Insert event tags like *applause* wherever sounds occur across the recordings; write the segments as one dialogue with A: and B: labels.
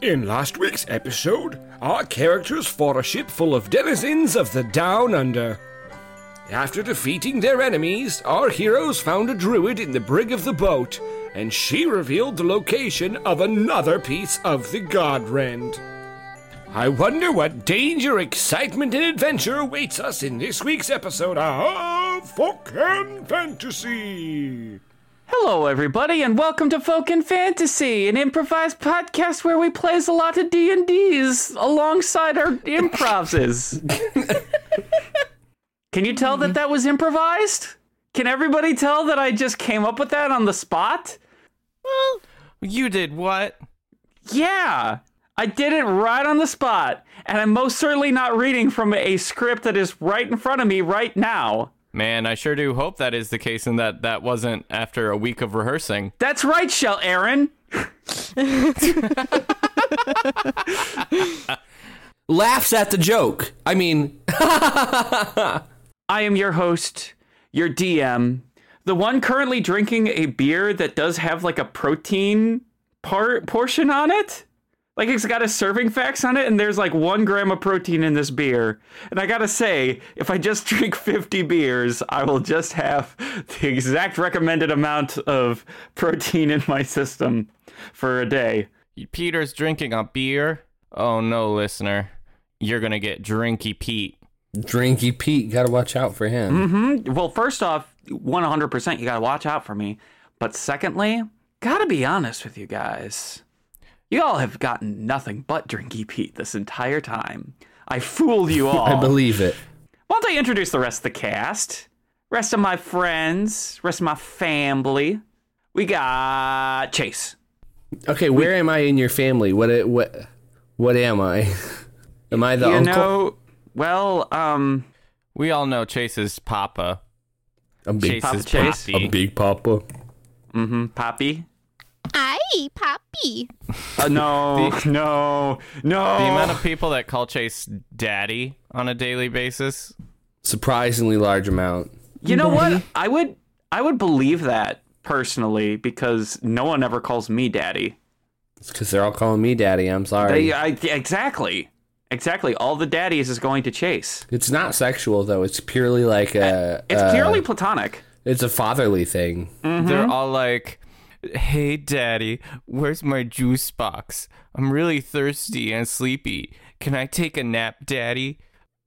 A: In last week's episode, our characters fought a ship full of denizens of the Down Under. After defeating their enemies, our heroes found a druid in the brig of the boat, and she revealed the location of another piece of the Godrend. I wonder what danger, excitement, and adventure awaits us in this week's episode of Folk and Fantasy.
B: Hello, everybody, and welcome to Folk and Fantasy, an improvised podcast where we plays a lot of D and D's alongside our improvses. Can you tell that that was improvised? Can everybody tell that I just came up with that on the spot?
C: Well, you did what?
B: Yeah, I did it right on the spot, and I'm most certainly not reading from a script that is right in front of me right now.
C: Man, I sure do hope that is the case and that that wasn't after a week of rehearsing.
B: That's right, Shell Aaron.
D: laughs at the joke. I mean, *laughs*
B: I am your host, your DM, the one currently drinking a beer that does have like a protein part portion on it. Like it's got a serving facts on it, and there's like one gram of protein in this beer. And I gotta say, if I just *laughs* drink 50 beers, I will just have *laughs* the exact recommended amount of protein in my system for a day.
C: Peter's drinking a beer. Oh no, listener. You're going to get drinky Pete.
D: Drinky Pete, gotta watch out for
A: Mm-hmm.
D: him.
B: Well, first off, 100%, you gotta watch out for me. But secondly, gotta be honest with you guys. You all have gotten nothing but Drinky Pete this entire time. I fooled you all.
D: I believe it.
B: Why don't I introduce the rest of the cast? Rest of my friends, rest of my family. We got Chase.
D: Okay, where am I in your family? What it- what what am I? *laughs* Am I the
B: you
D: uncle?
B: know, well, um,
C: We all know Chase's papa.
D: I'm big,
C: Chase is
B: Papa Chase?
C: Poppy.
D: I'm big papa.
B: mm-hmm, Poppy.
E: Hi, Poppy.
B: Uh, no, *laughs* no, no.
C: The amount of people that call Chase daddy on a daily basis.
D: Surprisingly large amount.
B: You know what? I would I would believe that personally because no one ever calls me daddy.
D: It's because they're all calling me daddy. I'm sorry.
B: They, uh, I, exactly. Exactly. All the daddies is going to chase.
D: it's not sexual though. It's purely like a.
B: It's
D: uh,
B: purely platonic.
D: It's a fatherly thing. *laughs*
B: Mm-hmm.
C: They're all like, "Hey daddy, where's my juice box? I'm really thirsty and sleepy. Can I take a nap, daddy?"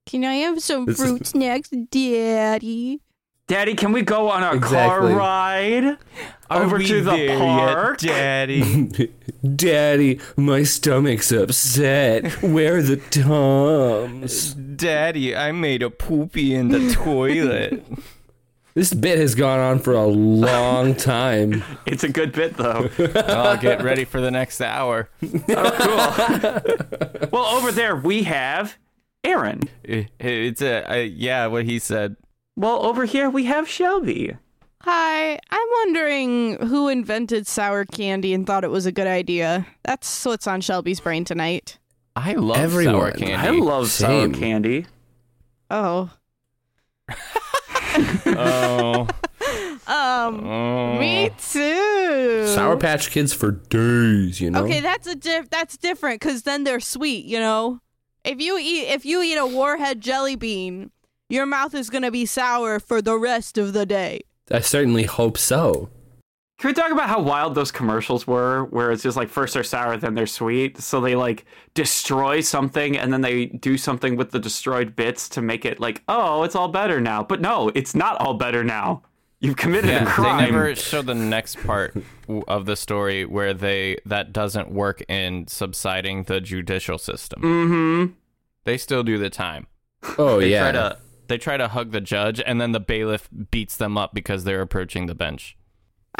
E: Can I have some
D: This is-
E: fruit
D: *laughs*
E: snacks, Daddy?
B: Daddy, can we go on a
D: Exactly.
B: car ride over
C: Oh, we
B: to the
C: there yet,
B: park? *laughs*
C: daddy.
D: Daddy, my stomach's upset. Where are the toms?
C: Daddy, I made a poopy in the *laughs* toilet.
D: This bit has gone on for a
B: *laughs*
D: long time.
B: It's a good bit though. Oh,
C: I'll Oh, get ready for the next hour.
B: well, over there we have Aaron.
C: I- It's a, I- yeah, what he said.
B: Well, over here we have Shelby.
F: Hi, I'm wondering who invented sour candy and thought it was a good idea. That's what's on Shelby's brain tonight.
C: I love sour
D: Everyone.
C: candy.
B: I love
D: Same.
B: sour candy.
F: Oh.
C: Oh,
F: Um,
C: oh.
F: me too.
D: Sour Patch Kids for days, you know.
F: Okay, that's a diff- that's different cuz then they're sweet, you know. If you eat if you eat a warhead jelly bean, your mouth is going to be sour for the rest of the day.
D: I certainly hope so.
B: Can we talk about how wild those commercials were, where it's just like first they're sour, then they're sweet? So they like destroy something and then they do something with the destroyed bits to make it like, oh, it's all better now. But no, it's not all better now. You've committed a
C: Yeah, they
B: crime.
C: never show the next part w- of the story where they that doesn't work in subsiding the judicial system.
B: Mm-hmm.
C: They still do the time.
D: Oh
C: They
D: yeah.
C: try
B: uh,
C: to they try to hug the judge, and then the bailiff beats them up because they're approaching the bench.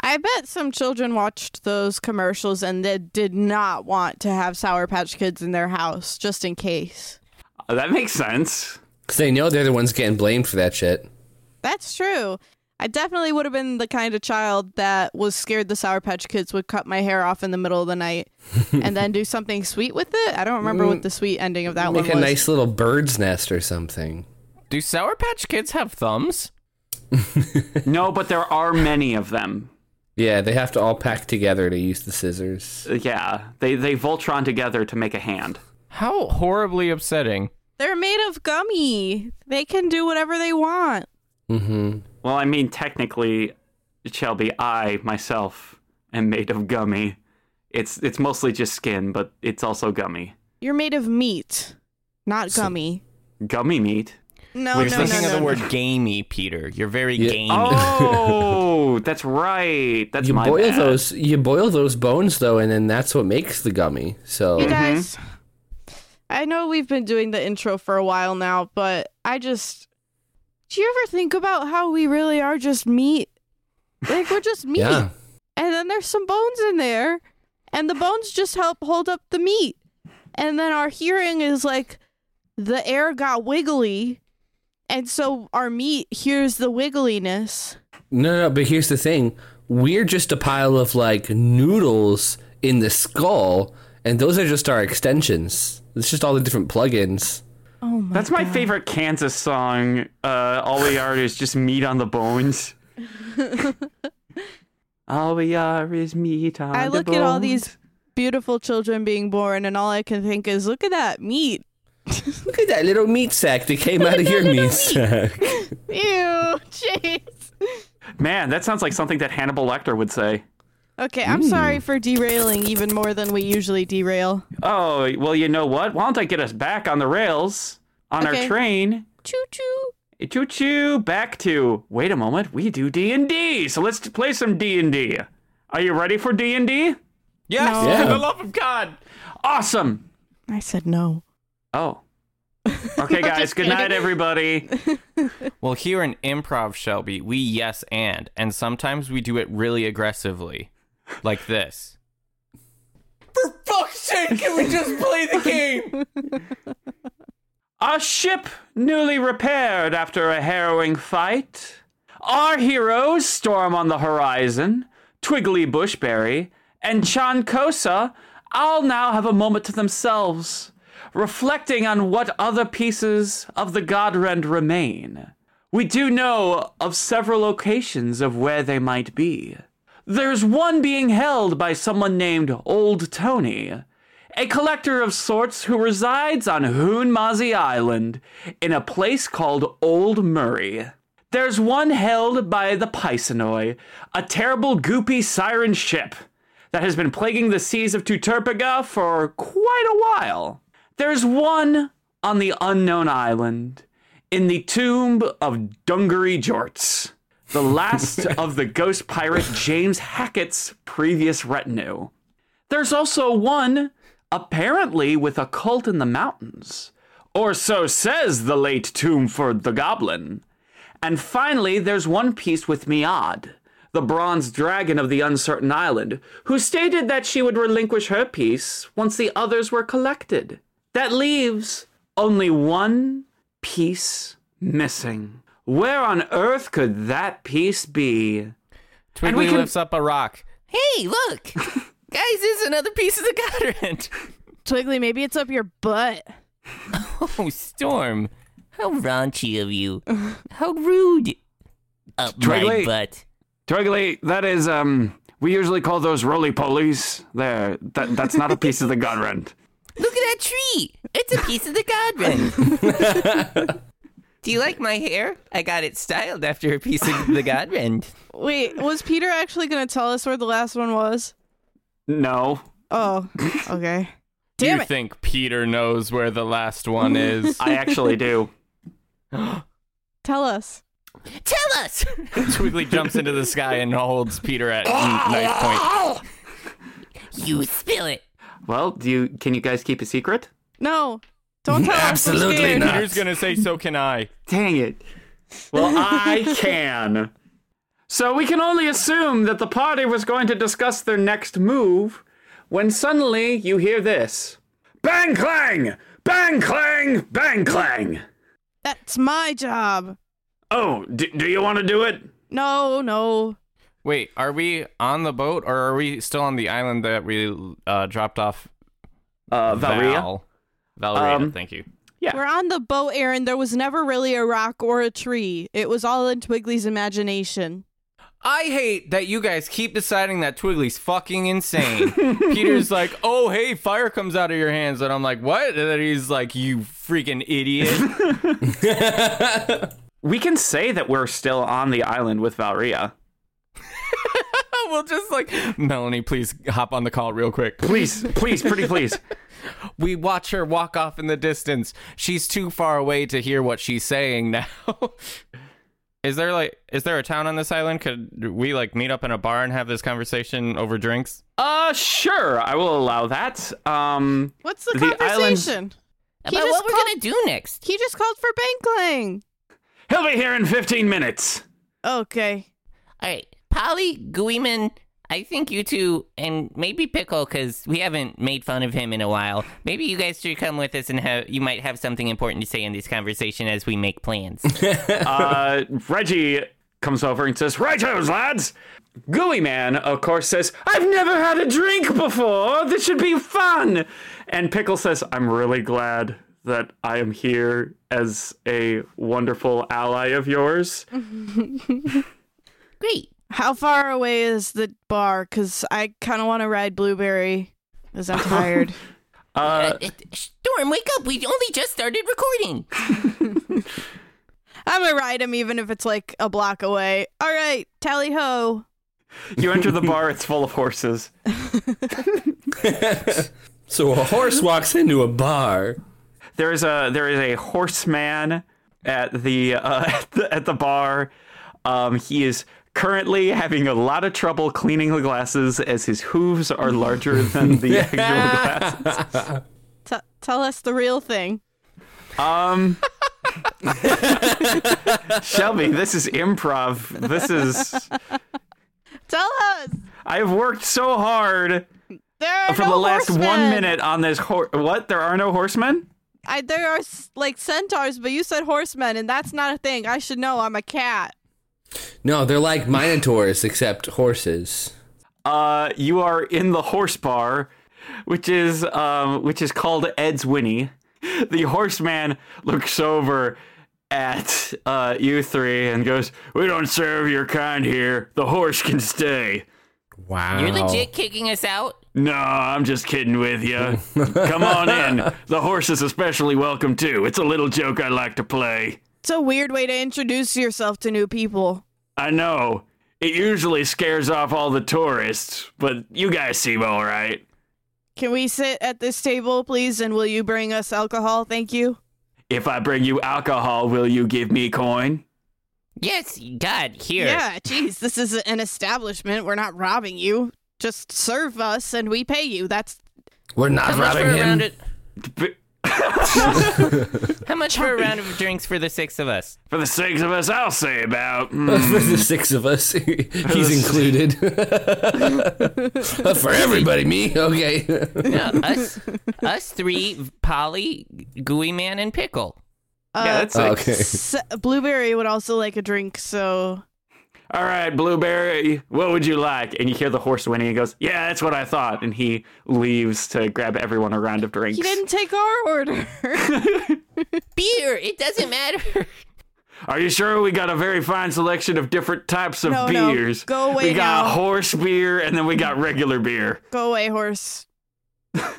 F: I bet some children watched those commercials and they did not want to have sour patch kids in their house just in case.
B: That makes sense.
D: 'Cause they know they're the ones getting blamed for that shit.
F: That's true. I definitely would have been the kind of child that was scared the Sour Patch Kids would cut my hair off in the middle of
D: *laughs*
F: the night and then do something sweet with it. I don't remember what the sweet ending of that
D: Make
F: one
D: a
F: was.
D: nice little bird's nest or something.
C: Do Sour Patch Kids have thumbs?
B: No, but there are many of them.
D: Yeah, they have to all pack together to use the scissors.
B: Yeah, they they Voltron together to make a hand.
C: How horribly upsetting.
F: They're made of gummy. They can do whatever they want.
D: Mm-hmm.
B: Well, I mean, technically, Shelby, I myself am made of gummy. It's it's mostly just skin, but it's also gummy.
F: You're made of meat, not gummy.
D: *laughs*
B: Gummy meat.
F: No,
C: We're
F: no, no,
C: thinking
F: no,
C: of the
F: no.
C: word gamey, Peter. You're very
D: Yeah.
C: gamey.
B: Oh, that's right. That's
D: You
B: my
D: boil
B: bad.
D: those. You boil those bones though, and then that's what makes the gummy.
F: You
D: So
F: guys, I know we've been doing the intro for a while now, but I just. Do you ever think about how we really are just meat? Like, we're just meat.
D: yeah,
F: And then there's some bones in there, and the bones just help hold up the meat. And then our hearing is like the air got wiggly, and so our meat hears the wiggliness.
D: no, no. But here's the thing: we're just a pile of like noodles in the skull, and those are just our extensions. It's just all the different plugins.
F: Oh my.
B: That's my favorite Kansas song. Uh, all we are is just meat on
D: *laughs*
B: the bones. all we are is meat on
F: I
B: the
F: look at all
B: bones.
F: these beautiful children being born, and all I can think is, look at that meat.
D: Look at that little meat sack that came out of your meat sack.
F: Ew, *laughs* jeez.
B: Man, that sounds like something that Hannibal Lecter would say.
F: Okay, I'm sorry for derailing even more than we usually derail.
B: Oh, well, you know what? Why don't I get us back on the rails on
F: Okay.
B: our train?
F: Choo choo.
B: Choo choo, back to. Wait a moment, we do D and D, so let's play some D and D. Are you ready for D and D?
C: *laughs* Yes,
D: No.
C: for
D: Yeah.
C: the love of God.
B: Awesome.
F: I said no.
B: Oh. Okay, guys.
F: just
B: Good
F: kidding.
B: night, everybody.
C: Well, here in improv, Shelby, we yes and, and sometimes we do it really aggressively, like this. For fuck's sake, can we just play the game?
B: A ship newly repaired after a harrowing fight. Our heroes storm on the horizon, Twiggly Bushberry, and Chancosa all now have a moment to themselves, reflecting on what other pieces of the Godrend remain. We do know of several locations of where they might be. There's one being held by someone named Old Tony, a collector of sorts who resides on Hoonmazi Island in a place called Old Murray. There's one held by the Pisonoi, a terrible goopy siren ship that has been plaguing the seas of Tuturpaga for quite a while. There's one on the unknown island in the tomb of Dungaree Jorts, the last of the ghost pirate James Hackett's previous retinue. There's also one apparently with a cult in the mountains, or so says the late tomb for the goblin. And finally, there's one piece with Miad, the bronze dragon of the uncertain island, who stated that she would relinquish her piece once the others were collected. That leaves only one piece missing. Where on earth could that piece be? And we
C: Twiggly
B: can-
C: lifts up a rock. Hey, look!
F: *laughs*
C: Guys, this is another piece of the Godrant.
F: Twiggly, maybe it's up your butt.
C: *laughs* Oh, Storm. How raunchy of you. How rude. Up
B: Twiggly.
C: butt.
B: Twiggly, that is um we usually call those roly polies. There. That that's not a piece of the gun rent.
G: Look at that tree. It's a piece of the Godwin. Do you like my hair? I got it styled after a piece of the Godwin.
F: Wait, was Peter actually going to tell us where the last one was?
B: No.
F: Oh, okay. Damn
C: you
F: it.
C: think Peter knows where the last one
F: *laughs*
C: is?
B: I actually do.
F: Tell us.
G: Tell us.
C: Twiggly jumps into the sky and holds Peter at
F: Ah!
C: knife point.
G: *laughs* You spill it.
B: Well, do you can you guys keep a secret?
F: No, don't tell us. We're
D: Absolutely
F: scared.
D: not.
C: Peter's gonna say, so can I.
B: Dang it. Well,
G: *laughs*
B: I can. So we can only assume that the party was going to discuss their next move when suddenly you hear this. Bang clang! Bang clang! Bang clang!
F: That's my job.
B: Oh, d- do you want to do it?
F: No, no.
C: Wait, are we on the boat or are we still on the island that we uh, dropped off
B: Uh, Valeria?
C: Val? Valeria,
B: Um,
C: thank you.
F: We're on the boat, Aaron. There was never really a rock or a tree. It was all in Twiggly's imagination.
C: I hate that you guys keep deciding that Twiggly's fucking insane. *laughs* Peter's like, oh, hey, fire comes out of your hands. And I'm like, what? And then he's like, you freaking idiot. *laughs*
B: We can say that we're still on the island with Valria.
C: we'll just like, Melanie, please hop on the call real quick.
B: Please, please, pretty please.
C: We watch her walk off in the distance. She's too far away to hear what she's saying *laughs* now. is there like is there a town on this island? Could we like meet up in a bar and have this conversation over drinks?
B: Uh, sure, I will allow that. Um,
F: What's the,
B: The island's-
F: conversation?
G: About
F: just
G: what we're
F: called-
G: gonna do next.
F: He just called for Banklang.
B: he'll be here in 15 minutes.
F: Okay.
G: All right, Polly Guiman. I think you two, and maybe Pickle, because we haven't made fun of him in a while. Maybe you guys should come with us, and have, you might have something important to say in this conversation as we
C: *laughs*
G: make plans.
B: Uh, Reggie comes over and says, Rightos, lads! Gooey Man, of course, says, I've never had a drink before! This should be fun! And Pickle says, I'm really glad that I am here as a wonderful ally of yours.
G: Great.
F: How far away is the bar? Because I kind of want to ride Blueberry because
B: *laughs*
F: I'm tired.
B: Uh,
G: Uh, Storm, wake up! We only just started recording.
F: I'm going to ride him even if it's like a block away. All right, tally ho.
B: you enter the bar, it's full of horses.
D: *laughs* So a horse walks into a bar.
B: there is a there is a horseman at the uh, *laughs* at the, at the bar. Um, he is currently having a lot of trouble cleaning the glasses as his hooves are larger than the actual glass.
F: T- tell us the real thing.
B: Um, *laughs* Shelby, this is improv. This is
F: Tell us.
B: I have worked so hard
F: There are
B: for
F: no
B: the last one
F: horsemen.
B: minute on this. Hor- what? There are no horsemen.
F: I, there are s- like centaurs, but you said horsemen, and that's not a thing. I should know. I'm a cat.
D: No, they're like minotaurs except horses.
B: Uh, you are in the horse bar, which is um, which is called Ed's Winnie. The horseman looks over at uh, you three and goes, "We don't serve your kind here. The horse can stay."
D: Wow.
G: You're legit kicking us out.
B: No, I'm just kidding with you. Come on in. The horse is especially welcome too. It's a little joke I like to play.
F: It's a weird way to introduce yourself to new people.
B: I know it usually scares off all the tourists, but you guys seem all right.
F: Can we sit at this table, please? And will you bring us alcohol? Thank you.
B: If I bring you alcohol, will you give me coin?
G: Yes, God, here.
F: Yeah, geez, this is an establishment. We're not robbing you. Just serve us and we pay you. That's
D: We're not
G: How much for
D: robbing
G: a
D: him.
G: round of,
B: B-
G: How much for a round of drinks for the six of us?
B: For the six of us, I'll say about.
D: *laughs* For
B: mm,
D: the six of us, *laughs* he's
F: *laughs*
D: included. Uh, For everybody, me. Okay.
G: No, us, us three: Polly, Gooey Man, and Pickle.
F: uh,
B: yeah, that's six.
D: *laughs* Okay.
F: s- blueberry would also like a drink, so
B: All right, Blueberry, what would you like? And you hear the horse whinny and goes, Yeah, that's what I thought. And he leaves to grab everyone a round of drinks.
F: he didn't take our order.
G: Beer. It doesn't matter. *laughs*
B: Are you sure we got a very fine selection of different types of
F: No, no.
B: beers?
F: Go away
B: We got
F: now.
B: horse beer and then we
F: *laughs*
B: got regular beer.
F: Go away, horse.
B: I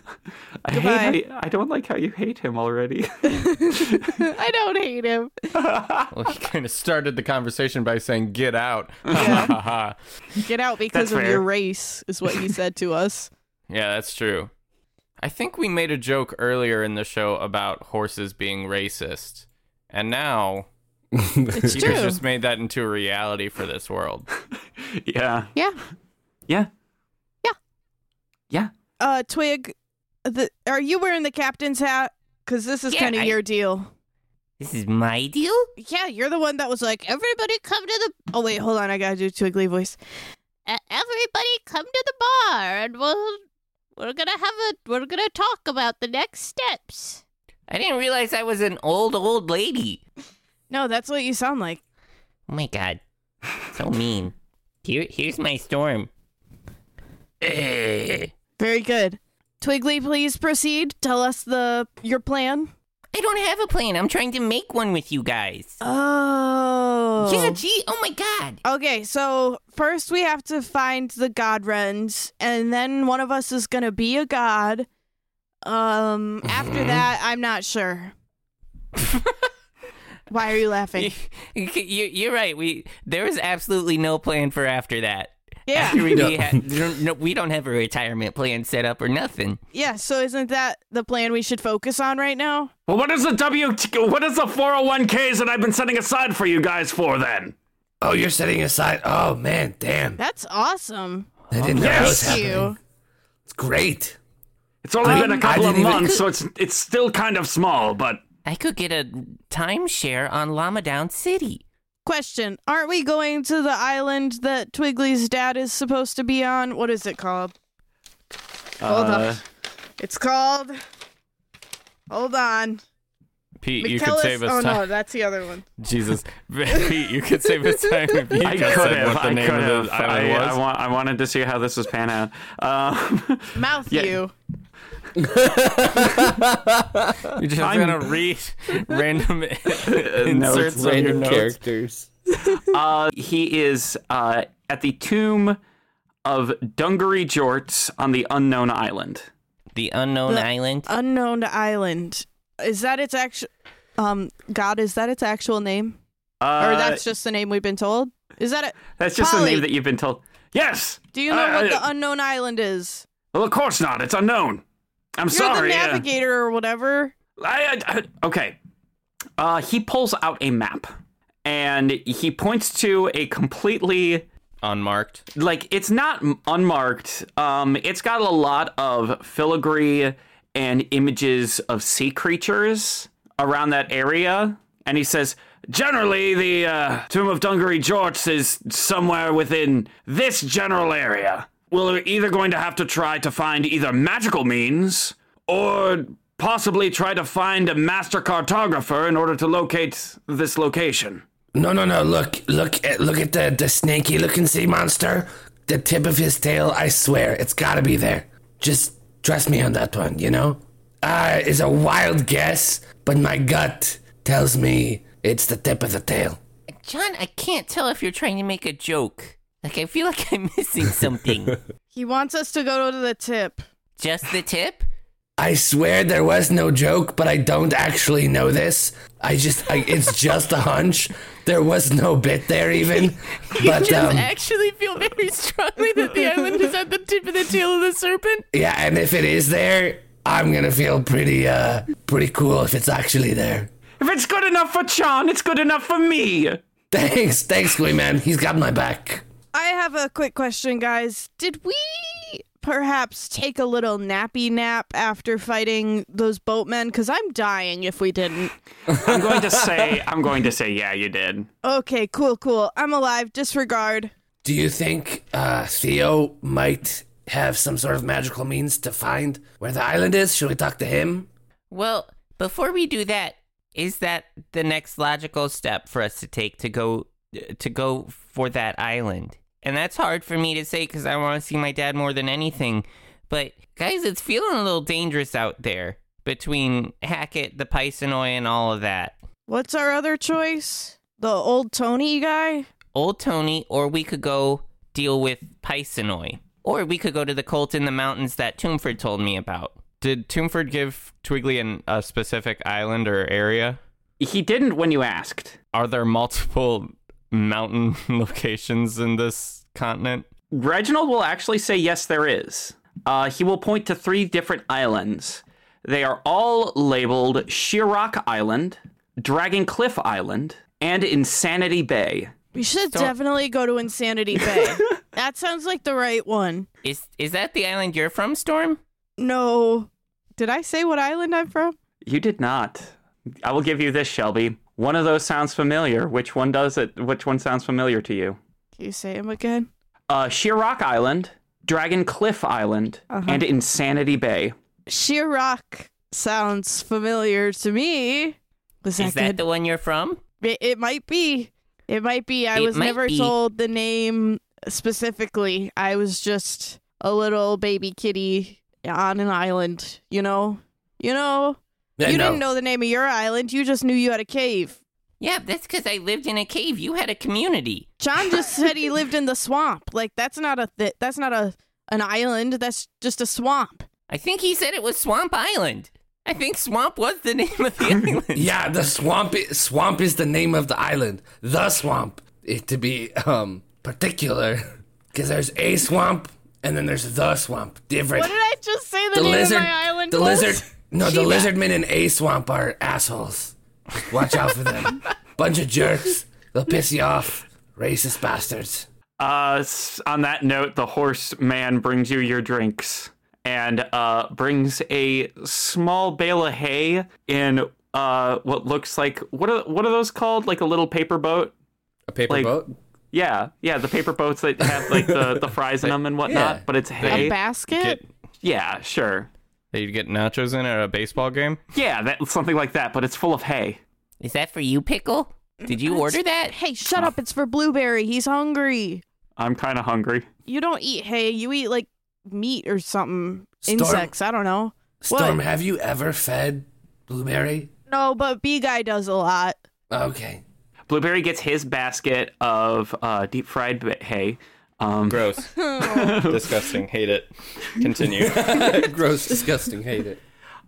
F: Goodbye.
B: hate how you- I don't like how you hate him already. *laughs*
F: I don't hate him.
C: Well, he kind of started the conversation by saying, get out. yeah,
F: Get out because
B: That's
F: of
B: fair.
F: your race, is what he said to us.
C: that's true. I think we made a joke earlier in the show about horses being racist. And now
F: It's
C: Peter's
F: true.
C: just made that into a reality for this
F: *laughs*
C: world.
B: yeah.
F: Yeah.
B: Yeah.
F: Yeah.
B: Yeah.
F: Uh, Twig, the, are you wearing the captain's hat? Because this is
G: Yeah,
F: kind of
G: I-
F: your deal.
G: This is my deal.
F: Yeah, you're the one that was like, everybody come to the. Oh, wait, hold on. I gotta do Twiggly voice. "E-,
E: Uh, everybody come to the bar and we'll we're gonna have a we're gonna talk about the next steps.
G: I didn't realize I was an old old lady.
F: No, that's what you sound like.
G: Oh my god, so mean. Here, here's my storm. Eh.
D: Eh.
F: Very good. Twiggly, please proceed. Tell us the your plan.
G: I don't have a plan. I'm trying to make one with you guys.
F: Oh.
G: Yeah, gee, oh my god.
F: Okay, so first we have to find the god wrens, and then one of us is gonna be a god. Um, after that, I'm not sure. Why are you laughing?
G: *laughs* You, you, are right. We there is absolutely no plan for after that. After
F: Yeah,
G: we, we, ha- don't- no, we don't have a retirement plan set up or nothing.
F: yeah. So isn't that the plan we should focus on right now?
B: Well, what is the W? What is the 401ks that I've been setting aside for you guys for then?
D: Oh, you're setting aside. Oh man, damn!
F: That's awesome.
D: I didn't know that was
F: Oh, Thank
D: happening.
F: you.
D: It's great.
B: It's only been a couple
D: I
B: of
D: didn't even-
B: months, so it's it's still kind of small, but
G: I could get a timeshare on Llama Down City.
F: Question: Aren't we going to the island that Twiggly's dad is supposed to be on? What is it called? Hold
B: Uh,
F: on. It's called. Hold on.
C: Pete, you could
F: Michaelis-
C: save us
F: oh
C: time.
F: no, that's the other one.
C: Jesus, *laughs* Pete, you could save us time if you
B: *laughs* I
C: just
B: could
C: said
B: have.
C: what the
B: I
C: name
B: could have.
C: of the
B: I,
C: island was.
B: I, uh, want, I wanted to see how this was pan out. *laughs* Um,
F: Mouth
B: Yeah.
F: you.
C: You're just
B: I'm- Uh, *laughs*
C: gonna read random *laughs*
B: notes.
C: inserts of your
D: Random
C: notes.
D: characters.
B: uh, he is uh, at the tomb of Dungaree Jorts on the unknown island.
G: The unknown island.
F: Unknown island. Is that its actual? Um, God, is that its actual name,
B: Uh,
F: or that's just the name we've been told? Is that it?
B: that's just the
F: Polly.
B: name that you've been told. Yes.
F: Do you know
B: Uh,
F: what
B: uh,
F: the unknown island is?
B: Well, of course not. It's unknown. I'm
F: You're
B: sorry.
F: the
B: uh,
F: navigator or whatever.
B: I, I, I- okay. Uh, he pulls out a map and he points to a completely
C: Unmarked.
B: like it's not m- unmarked. Um, it's got a lot of filigree and images of sea creatures around that area, and he says. Generally, the uh, tomb of Dungaree Jorts is somewhere within this general area. We're either going to have to try to find either magical means or possibly try to find a master cartographer in order to locate this location.
D: No, no, no! Look, look at look at the the snaky looking sea monster. The tip of his tail. I swear, it's gotta be there. Just trust me on that one. You know, uh, it's a wild guess, but my gut tells me it's the tip of the tail.
G: John, I can't tell if you're trying to make a joke. Like, I feel like I'm *laughs* missing something.
F: He wants us to go to the tip.
G: Just the tip?
D: I swear there was no joke, but I don't actually know this. I just, I, it's just a hunch. There was no bit there even. But um,
G: actually feel very *laughs* strongly that the island is at the tip of the tail of the serpent.
D: yeah, and if it is there, I'm gonna feel pretty, uh, pretty cool if it's actually there.
B: If it's good enough for Chan, it's good enough for me.
D: Thanks, thanks, Squee Man. He's got my back.
F: I have a quick question, guys. Did we perhaps take a little nappy nap after fighting those boatmen? Because I'm dying if we didn't.
B: I'm going to say, I'm going to say, yeah, you did.
F: Okay, cool, cool. I'm alive. Disregard.
D: Do you think uh, Theo might have some sort of magical means to find where the island is? Should we talk to him?
G: Well, before we do that, is that the next logical step for us to take to go to go for that island? And that's hard for me to say because I want to see my dad more than anything. But guys, it's feeling a little dangerous out there between Hackett, the Pisonoi, and all of that.
F: What's our other choice? The old Tony guy?
G: Old Tony, or we could go deal with Pisonoi, or we could go to the cult in the mountains that Tombford told me about.
C: Did Tombford give Twiggly an, a specific island or area?
B: He didn't when you asked.
C: Are there multiple mountain *laughs* locations in this continent?
B: Reginald will actually say, yes, there is. Uh, he will point to three different islands. They are all labeled Shirok Island, Dragon Cliff Island, and Insanity Bay.
F: We should definitely go to Insanity
G: *laughs*
F: Bay. that sounds like the right one.
G: Is is that the island you're from, Storm?
F: No. Did I say what island I'm from?
B: You did not. I will give you this, Shelby. One of those sounds familiar. Which one does it? Which one sounds familiar to you?
F: Can you say him again?
B: Uh, Shirok Island, Dragon Cliff Island, and Insanity Bay.
F: Sheer Rock sounds familiar to me. Was that,
G: Is that
F: good?
G: the one you're from?
F: it, it might be. It might be. I
G: It
F: was
G: might
F: never
G: be.
F: told the name specifically. I was just a little baby kitty on an island, you know? You know?
D: *laughs* I
F: you didn't know the name of your island. You just knew you had a cave.
G: Yeah, that's because I lived in a cave. You had a community.
F: John just said he lived in the swamp. Like that's not a th- that's not a an island. That's just a swamp.
G: I think he said it was Swamp Island. I think Swamp was the name of the
F: *laughs*
G: island.
D: Yeah, the swamp. i- Swamp is the name of the island. The swamp. It to be um particular, because there's a swamp and then there's the swamp. Different.
E: What did I just say the,
D: the
E: name
D: lizard.
E: of my island
D: the
E: was?
D: lizard. No, the lizard men and a swamp are assholes. Watch out for them. Bunch of jerks. They'll piss you off. Racist bastards.
B: Uh, s- on that note, the horse man brings you your drinks and uh, brings a small bale of hay in uh, what looks like what are what are those called? Like a little paper boat?
D: A paper
B: Like-
D: boat.
B: Yeah, yeah, the paper boats that have like the, the fries in them and whatnot.
D: Yeah.
B: But it's hay.
F: A basket.
C: Get,
B: yeah, sure.
C: that you'd get nachos in at a baseball game?
B: Yeah, that something like that. But it's full of hay.
G: Is that for you, Pickle?
F: Mm,
G: Did you order that?
F: hey, shut up! It's for Blueberry. He's hungry.
B: I'm kind of hungry.
F: You don't eat hay. You eat like meat or something.
D: Storm-
F: Insects. I don't know.
D: Storm,
F: What?
D: have you ever fed blueberry?
F: No, but B guy does a lot.
D: Okay.
B: Blueberry gets his basket of uh, deep fried ba- hay. Um,
G: *laughs*
C: Gross. *laughs* Disgusting. Hate it. Continue.
D: *laughs* Gross, disgusting. Hate it.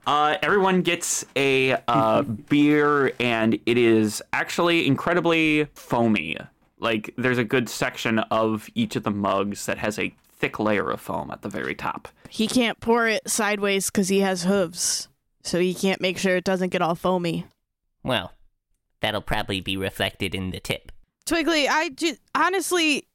B: Uh, everyone gets a uh, beer, and it is actually incredibly foamy. Like, there's a good section of each of the mugs that has a thick layer of foam at the very top.
F: He can't pour it sideways because he has hooves, so he can't make sure it doesn't get all foamy.
G: Well, that'll probably be reflected in the tip.
F: Twiggly, I ju- honestly,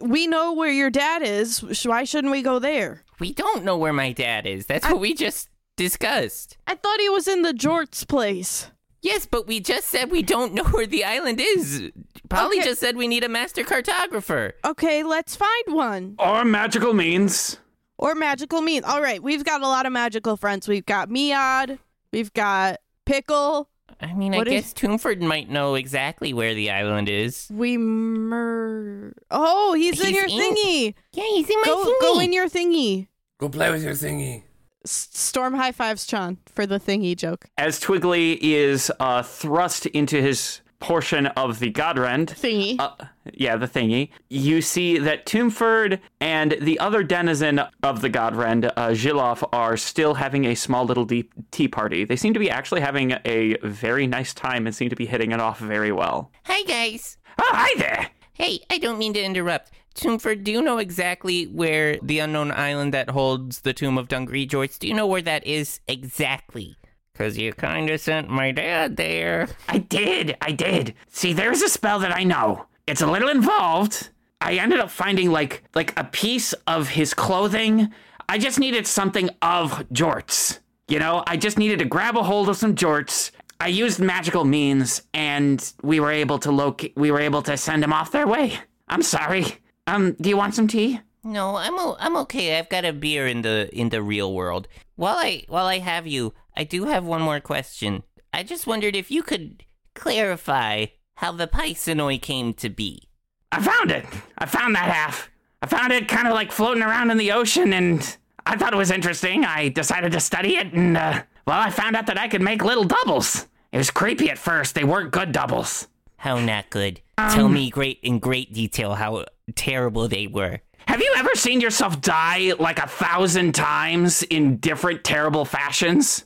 F: we know where your dad is. sh- Why shouldn't we go there?
G: We don't know where my dad is. That's what we just discussed.
F: I thought he was in the Jorts place.
G: Yes, but we just said we don't know where the island is. Polly
F: Okay.
G: just said we need a master cartographer.
F: Okay, let's find one.
B: Or magical means.
F: Or magical meat. All right, we've got a lot of magical friends. We've got Miad. We've got Pickle.
G: I mean,
F: What
G: I
F: is-
G: guess Tombford might know exactly where the island is.
F: We mer. Oh, he's, in
G: He's
F: your
G: in-
F: thingy.
G: Yeah, he's in my
F: Go,
G: thingy.
F: go in your thingy.
D: Go play with your thingy.
F: S- Storm high fives Chan for the thingy joke.
B: As Twiggly is uh, thrust into his portion of the Godrend,
F: Thingy.
B: uh, yeah, the thingy. You see that Tombford and the other denizen of the Godrend, uh, Zhiloff, are still having a small little deep tea party. They seem to be actually having a very nice time and seem to be hitting it off very well.
G: Hi, guys.
B: Oh, hi there!
G: Hey, I don't mean to interrupt. Tombford, do you know exactly where the unknown island that holds the tomb of Dungree Jorts, do you know where that is exactly? Because you kind of sent my dad there.
B: I did, I did. See, there's a spell that I know. It's a little involved. I ended up finding like like a piece of his clothing. I just needed something of jorts. You know, I just needed to grab a hold of some jorts. I used magical means and we were able to locate we were able to send him off their way. I'm sorry. Um, do you want some tea?
G: No, I'm o- I'm okay. I've got a beer in the in the real world. While I while I have you, I do have one more question. I just wondered if you could clarify how the Pisonoi came to be.
B: I found it. I found that half. I found it kind of like floating around in the ocean, and I thought it was interesting. I decided to study it, and uh, well, I found out that I could make little doubles. It was creepy at first. They weren't good doubles.
G: How not good. Tell me great in great detail how terrible they were.
B: Have you ever seen yourself die like a thousand times in different terrible fashions?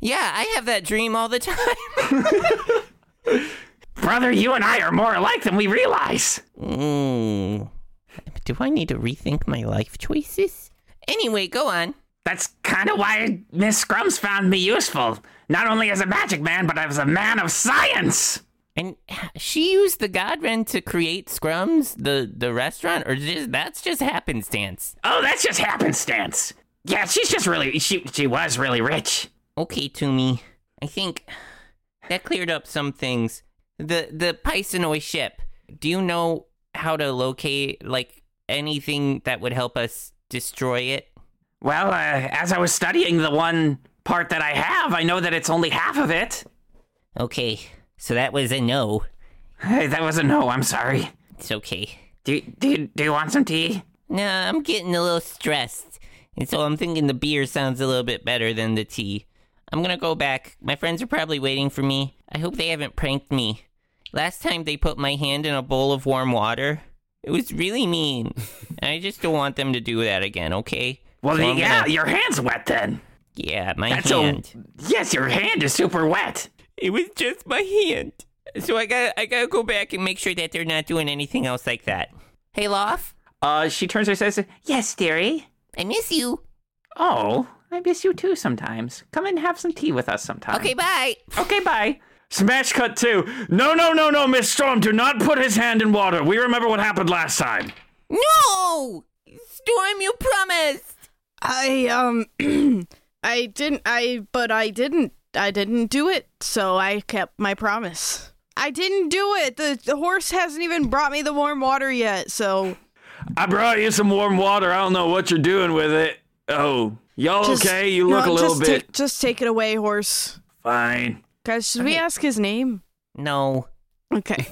G: Yeah, I have that dream all the *laughs* time.
B: Brother, you and I are more alike than we realize.
G: Mm. Do I need to rethink my life choices? Anyway, go on.
B: That's kind of why Miss Scrums found me useful. Not only as a magic man, but as a man of science.
G: And she used the Godren to create Scrums, the the restaurant, or just that's just happenstance.
B: Oh, that's just happenstance. Yeah, she's just really she she was really rich.
G: Okay, Toomey. I think that cleared up some things. The the Pisonoi ship. Do you know how to locate like anything that would help us destroy it?
B: Well, uh, as I was studying the one part that I have, I know that it's only half of it.
G: Okay, so that was a no.
B: Hey, that was a no. I'm sorry.
G: It's okay.
B: Do do you- do you want some tea?
G: Nah, I'm getting a little stressed, and so I'm thinking the beer sounds a little bit better than the tea. I'm gonna go back. My friends are probably waiting for me. I hope they haven't pranked me. Last time they put my hand in a bowl of warm water, it was
B: *laughs*
G: really mean. and I just don't want them to do that again, okay?
B: Well,
G: So I'm
B: yeah,
G: gonna-
B: your hand's wet then.
G: yeah, my
B: That's
G: hand.
B: a yes. Your hand is super wet.
G: It was just my hand. So I got I gotta go back and make sure that they're not doing anything else like that. Hey Lof,
B: Uh, she turns her says, "Yes, dearie.
G: I miss you.
B: Oh, I miss you too sometimes. Come and have some tea with us sometime."
G: Okay, bye.
B: Okay, bye. Smash cut two. No, no, no, no, Miss Storm, do not put his hand in water. We remember what happened last time.
G: No, Storm, you promised.
F: I um *clears throat* I didn't I but I didn't I didn't do it, so I kept my promise. I didn't do it. The the horse hasn't even brought me the warm water yet, so
B: I brought you some warm water. I don't know what you're doing with it. Oh, y'all
F: just-
B: okay? You look
F: no,
B: a little
F: just
B: bit
F: ta- just take it away, horse.
B: fine.
F: Guys, should we
G: Okay.
F: ask his name?
G: No,
F: Okay.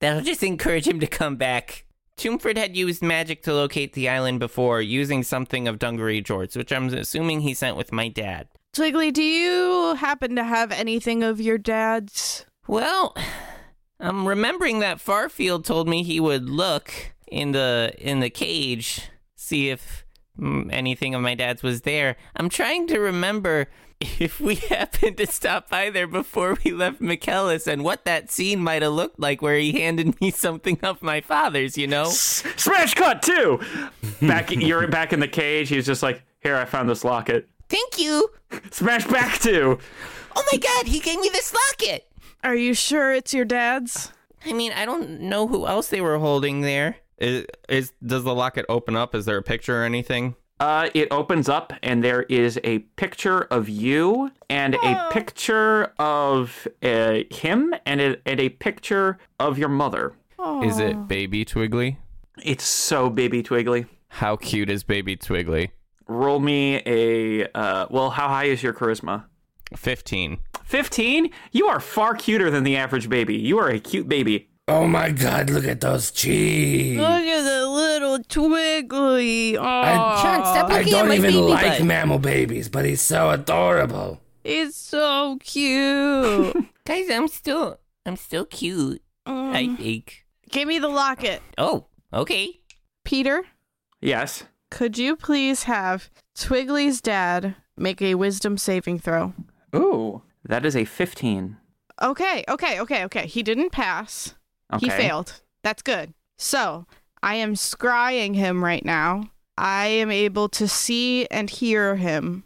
G: that'll just encourage him to come back. Tombford had used magic to locate the island before, using something of Dungaree Jorts, which I'm assuming he sent with my dad.
F: Twiggly, do you happen to have anything of your dad's?
G: Well, *sighs* I'm remembering that Farfield told me he would look in the in the cage, see if mm, anything of my dad's was there. I'm trying to remember *laughs* if we happened to stop by there before we left McKellis and what that scene might have looked like where he handed me something of my father's, you know?
B: Smash cut
F: *laughs*
B: two. Back, you're back in the cage. He's just like, here, I found this locket.
G: Thank you.
B: Smash back two.
G: Oh my god, he gave me this locket.
F: Are you sure it's your dad's?
G: I mean, I don't know who else they *laughs* were holding there.
C: Is, is does the locket open up? Is there a picture or anything?
B: Uh, it opens up, and there is a picture of you, and a picture of uh, him, and a, and a picture of your mother.
C: Is
G: Oh.
C: it baby Twiggly?
B: It's so baby twiggly.
C: How cute is baby Twiggly?
B: Roll me a. Uh, well, how high is your charisma?
C: 15.
B: 15? You are far cuter than the average baby. You are a cute baby.
D: Oh my god, look at those cheeks.
F: Look at the little Twiggly.
D: I-
F: Aw.
G: stop
D: I
G: looking at
D: don't
G: my
D: even
G: baby
D: like
G: butt.
D: mammal babies, but he's so adorable.
F: It's so cute.
G: Guys, I'm still I'm still cute, I
F: Mm-hmm.
G: think.
F: Um, Give me the locket.
G: Oh, okay.
F: Peter,
B: Yes.
F: could you please have Twiggly's dad make a wisdom saving throw?
B: Ooh. That is a 15.
F: Okay, okay, okay, okay. He didn't pass.
B: Okay.
F: He failed. That's good. So I am scrying him right now. I am able to see and hear him.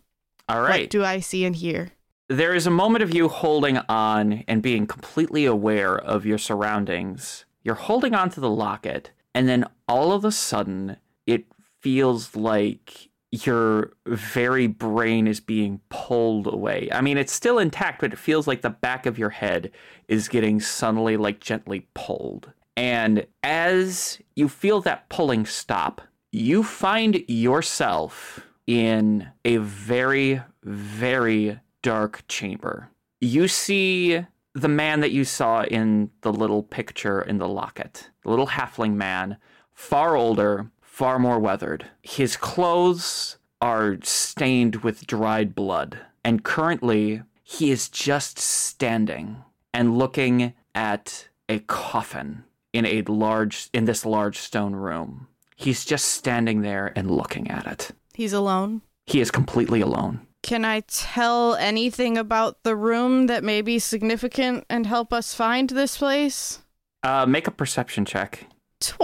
B: All
F: What
B: right.
F: do I see and hear?
B: there is a moment of you holding on and being completely aware of your surroundings. You're holding on to the locket, and then all of a sudden, it feels like your very brain is being pulled away. I mean, it's still intact, but it feels like the back of your head is getting suddenly, like, gently pulled. And as you feel that pulling stop, you find yourself in a very, very dark chamber. You see the man that you saw in the little picture in the locket, the little halfling man, far older, far more weathered. His clothes are stained with dried blood, and currently he is just standing and looking at a coffin in a large in this large stone room. He's just standing there and looking at it.
F: He's alone.
B: He is completely alone.
F: Can I tell anything about the room that may be significant and help us find this place?
B: Uh, make a perception check.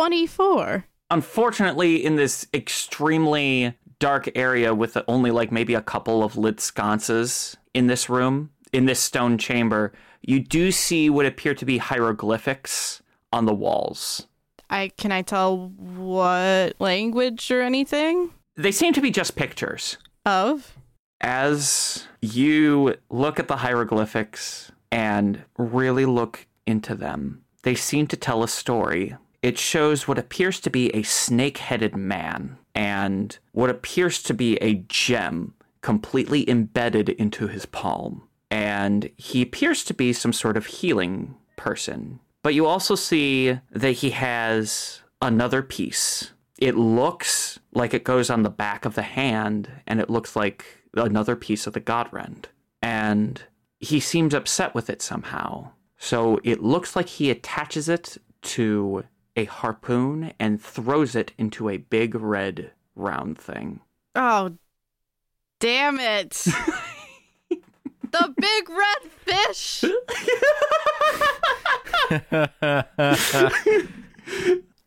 F: 24.
B: Unfortunately, in this extremely dark area with only like maybe a couple of lit sconces in this room, in this stone chamber, you do see what appear to be hieroglyphics on the walls.
F: I can I tell what language or anything
B: They seem to be just pictures.
F: of?
B: as you look at the hieroglyphics and really look into them, they seem to tell a story. It shows what appears to be a snake headed man and what appears to be a gem completely embedded into his palm. And he appears to be some sort of healing person. But you also see that he has another piece it looks like it goes on the back of the hand and it looks like another piece of the god rend and he seems upset with it somehow. So it looks like he attaches it to a harpoon and throws it into a big red round thing.
F: Oh, damn *laughs* it. the big red *laughs* fish.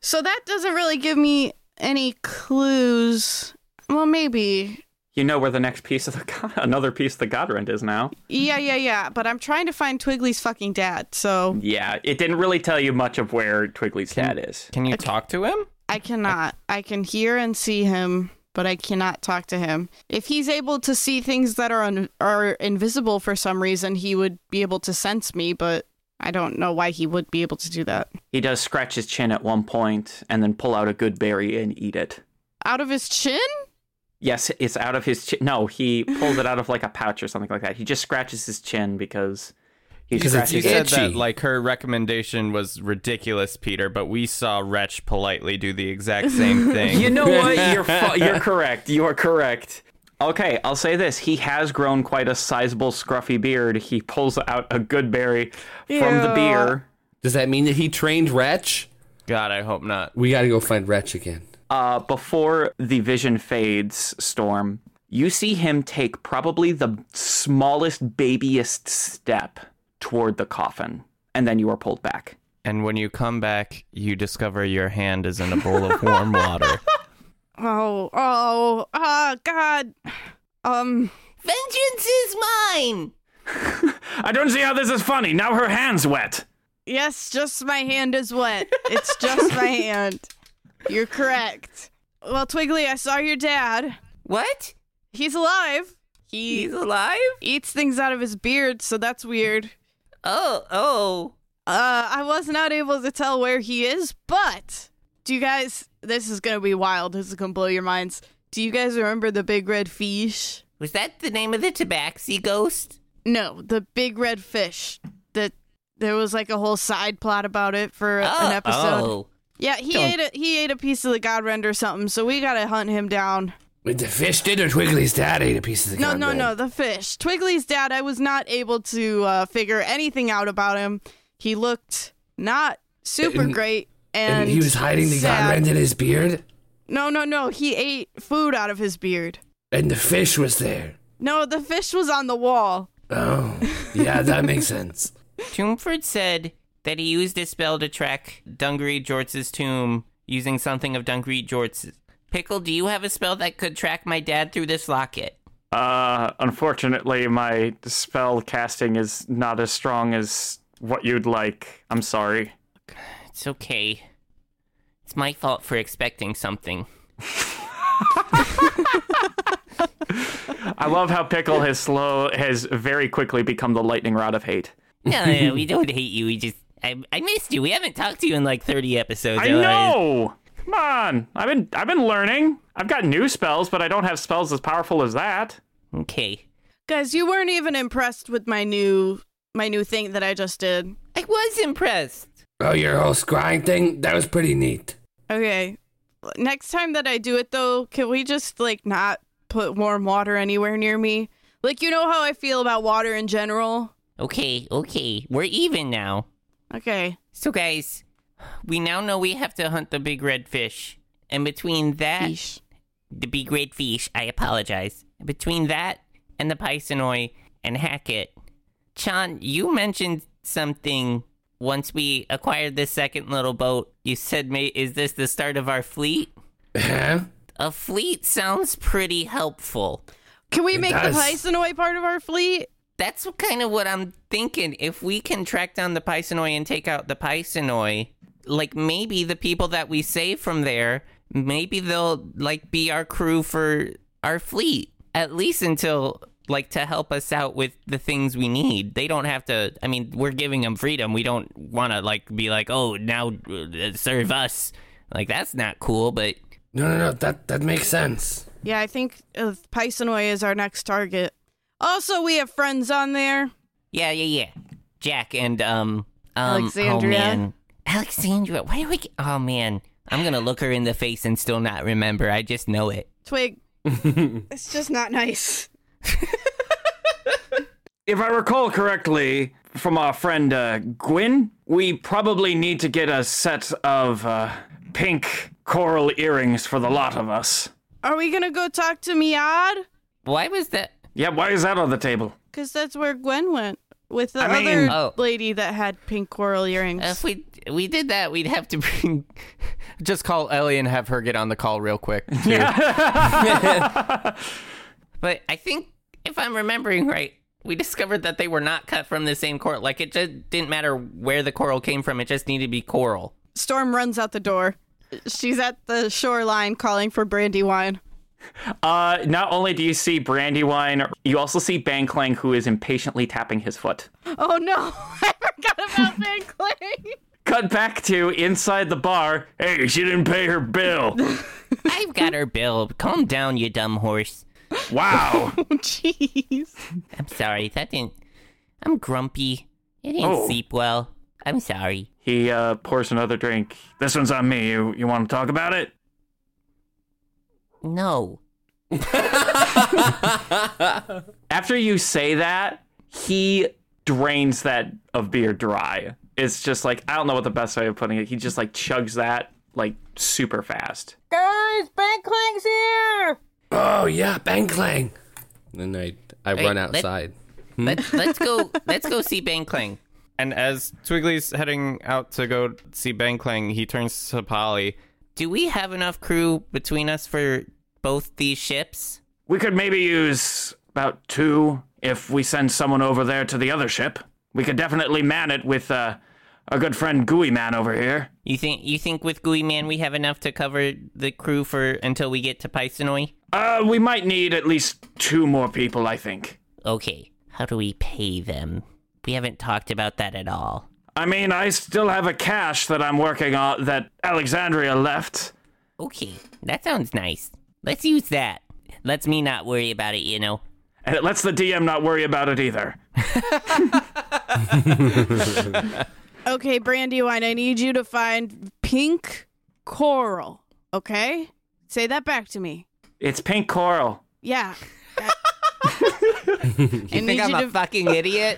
F: So that doesn't really give me any clues. Well, maybe.
B: You know where the next piece of the *laughs* god- another piece of the Godrend is now.
F: Yeah, yeah, yeah. But I'm trying to find Twiggly's fucking dad, so
B: Yeah, it didn't really tell you much of where Twiggly's dad is.
C: Can you talk to him?
F: I cannot. I can hear and see him, but I cannot talk to him. If he's able to see things that are un- are invisible for some reason, he would be able to sense me, but I don't know why he would be able to do that.
B: He does scratch his chin at one point and then pull out a good berry and eat it.
F: Out of his chin?
B: Yes, it's out of his chin. No, he pulls it out of like a pouch or something like that. He just scratches his chin because he
D: 'Cause it's
B: scratches
C: You said that
D: Itchy.
C: like her recommendation was ridiculous, Peter, but we saw Wretch politely do the exact same *laughs* thing.
B: You know
D: *laughs*
B: what? You're fu- you're correct. You are correct. Okay, I'll say this. He has grown quite a sizable scruffy beard. He pulls out a good berry from the
F: Ew.
B: beer.
D: Does that mean that he trained Wretch?
C: God, I hope not.
D: We gotta go find Wretch again.
B: Uh, before the vision fades, Storm, you see him take probably the smallest, babyest step toward the coffin, and then you are pulled back.
C: And when you come back, you discover your hand is in a bowl of warm water.
F: Oh, oh, ah, God. Um,
G: Vengeance is mine!
B: I don't see how this is funny. Now her hand's wet.
F: yes, just my hand is wet. It's just my hand. You're correct. Well, Twiggly, I saw your dad.
G: What?
F: He's alive. He
G: He's alive?
F: eats things out of his beard, so that's weird.
G: Oh, oh.
F: Uh, I was not able to tell where he is, but do you guys? This is gonna be wild. This is gonna blow your minds. Do you guys remember the big red fish?
G: Was that the name of the tabaxi ghost?
F: No, the big red fish. That there was like a whole side plot about it for a-
G: Oh,
F: an episode.
G: oh.
F: Yeah, he ate a he ate a piece of the godrend or something. So we gotta hunt him down.
D: Wait, the fish did or Twiggly's dad ate a piece of the
F: No, no,
D: cornbread?
F: no, the fish. Twiggly's dad. I was not able to uh, figure anything out about him. He looked not super
D: And-
F: great. And,
D: And he was hiding the
F: sad.
D: godrend in his beard,
F: No, no, no. He ate food out of his beard.
D: and the fish was there.
F: No, the fish was on the wall.
D: Oh, yeah, that makes
F: *laughs*
D: sense.
G: Tombford said that he used a spell to track Dungree Jorts' tomb using something of Dungree Jorts. Pickle, do you have a spell that could track my dad through this locket?
B: Uh, unfortunately, my spell casting is not as strong as what you'd like. I'm sorry.
G: It's okay. It's my fault for
B: *laughs*
G: expecting something.
B: I love how Pickle has slow has very quickly become the lightning rod of hate.
G: No, no, no, we don't hate you. We just. I, I missed you. We haven't talked to you in like 30 episodes.
B: I know. Come on. I've been I've been learning. I've got new spells, but I don't have spells as powerful as that.
G: Okay.
F: Guys, you weren't even impressed with my new my new thing that I just did.
G: I was impressed.
D: Oh, your whole scrying thing? That was pretty neat.
F: Okay. Next time that I do it though, can we just like not put warm water anywhere near me? Like you know how I feel about water in general?
G: Okay, okay. We're even now.
F: Okay.
G: So, guys, we now know we have to hunt the big red fish. And between that,
F: Yeesh.
G: the big red fish, I apologize. Between that and the Pisonoi and Hackett, Chan, you mentioned something once we acquired the second little boat. You said, mate, is this the start of our fleet?
D: Huh?
G: A fleet sounds pretty helpful.
F: Can we make the
D: does.
F: Pisonoi part of our fleet?
G: That's kind of what I'm thinking. If we can track down the Pisonoi and take out the Pisonoi, like maybe the people that we save from there, maybe they'll like be our crew for our fleet. At least until like to help us out with the things we need. They don't have to. I mean, we're giving them freedom. We don't want to like be like, oh, now uh, serve us. Like that's not cool. But
D: No, no, no. That that makes sense.
F: Yeah, I think uh, Pisonoi is our next target. Also, we have friends on there.
G: Yeah, yeah, yeah. Jack and um, um
F: Alexandria.
G: Oh man, Alexandria. Why do we? Get, oh man, I'm gonna look her in the face and still not remember. I just know it.
F: Twig. it's just not nice.
B: if I recall correctly from our friend uh, Gwyn, we probably need to get a set of uh, pink coral earrings for the lot of us.
F: Are we gonna go talk to Miad?
G: Why was that?
B: Yeah, why is that on the table?
F: Cause that's where Gwen went with the
B: I mean-
F: other
G: Oh.
F: lady that had pink coral earrings.
G: If we we did that, we'd have to *laughs* bring. uh,
C: Just call *laughs* Ellie and have her get on the call real quick. too.
G: But I think if I'm remembering right, we discovered that they were not cut from the same coral. Like it just didn't matter where the coral came from. It just needed to be coral.
F: Storm runs out the door. She's at the shoreline calling for Brandywine.
B: Uh, not only do you see Brandywine, you also see Bangklang, who is impatiently tapping his foot.
F: Oh no, *laughs* I forgot about Van Clang.
B: Cut back to inside the bar. Hey, she didn't pay her bill.
G: I've got her bill. Calm down, you dumb horse.
B: Wow.
F: Jeez.
G: I'm sorry. That didn't. I'm grumpy. I didn't
B: Oh.
G: sleep well. I'm sorry.
B: he uh, pours another drink. This one's on me. You you want to talk about it?
G: No.
B: After you say that, he drains that of beer dry. It's just like I don't know what the best way of putting it. He just like chugs that like super fast.
E: Guys, Bankling's here!
D: Oh yeah, bang clang. Then I I
G: Hey,
D: run
G: let-
D: outside.
G: Let's let's go. let's go see Bang Clang.
C: *laughs* and as Twiggly's heading out to go see Bang Clang, he turns to Polly.
G: Do we have enough crew between us for both these ships?
B: We could maybe use about two if we send someone over there to the other ship. We could definitely man it with uh, our good friend Gooey Man over here.
G: You think you think with Gooey Man we have enough to cover the crew for until we get to Pisonoi?
B: Uh, we might need at least two more people, I think.
G: Okay. How do we pay them? We haven't talked about that at all.
B: I mean, I still have a cache that I'm working on that Alexandria left.
G: Okay, that sounds nice. Let's use that. Let's me not worry about it, you know.
B: And it lets the DM not worry about it either.
F: Okay, Brandywine, I need you to find pink coral. Okay? Say that back to me.
B: It's pink coral.
F: Yeah. I need you to-
G: fucking
F: *laughs*
G: idiot?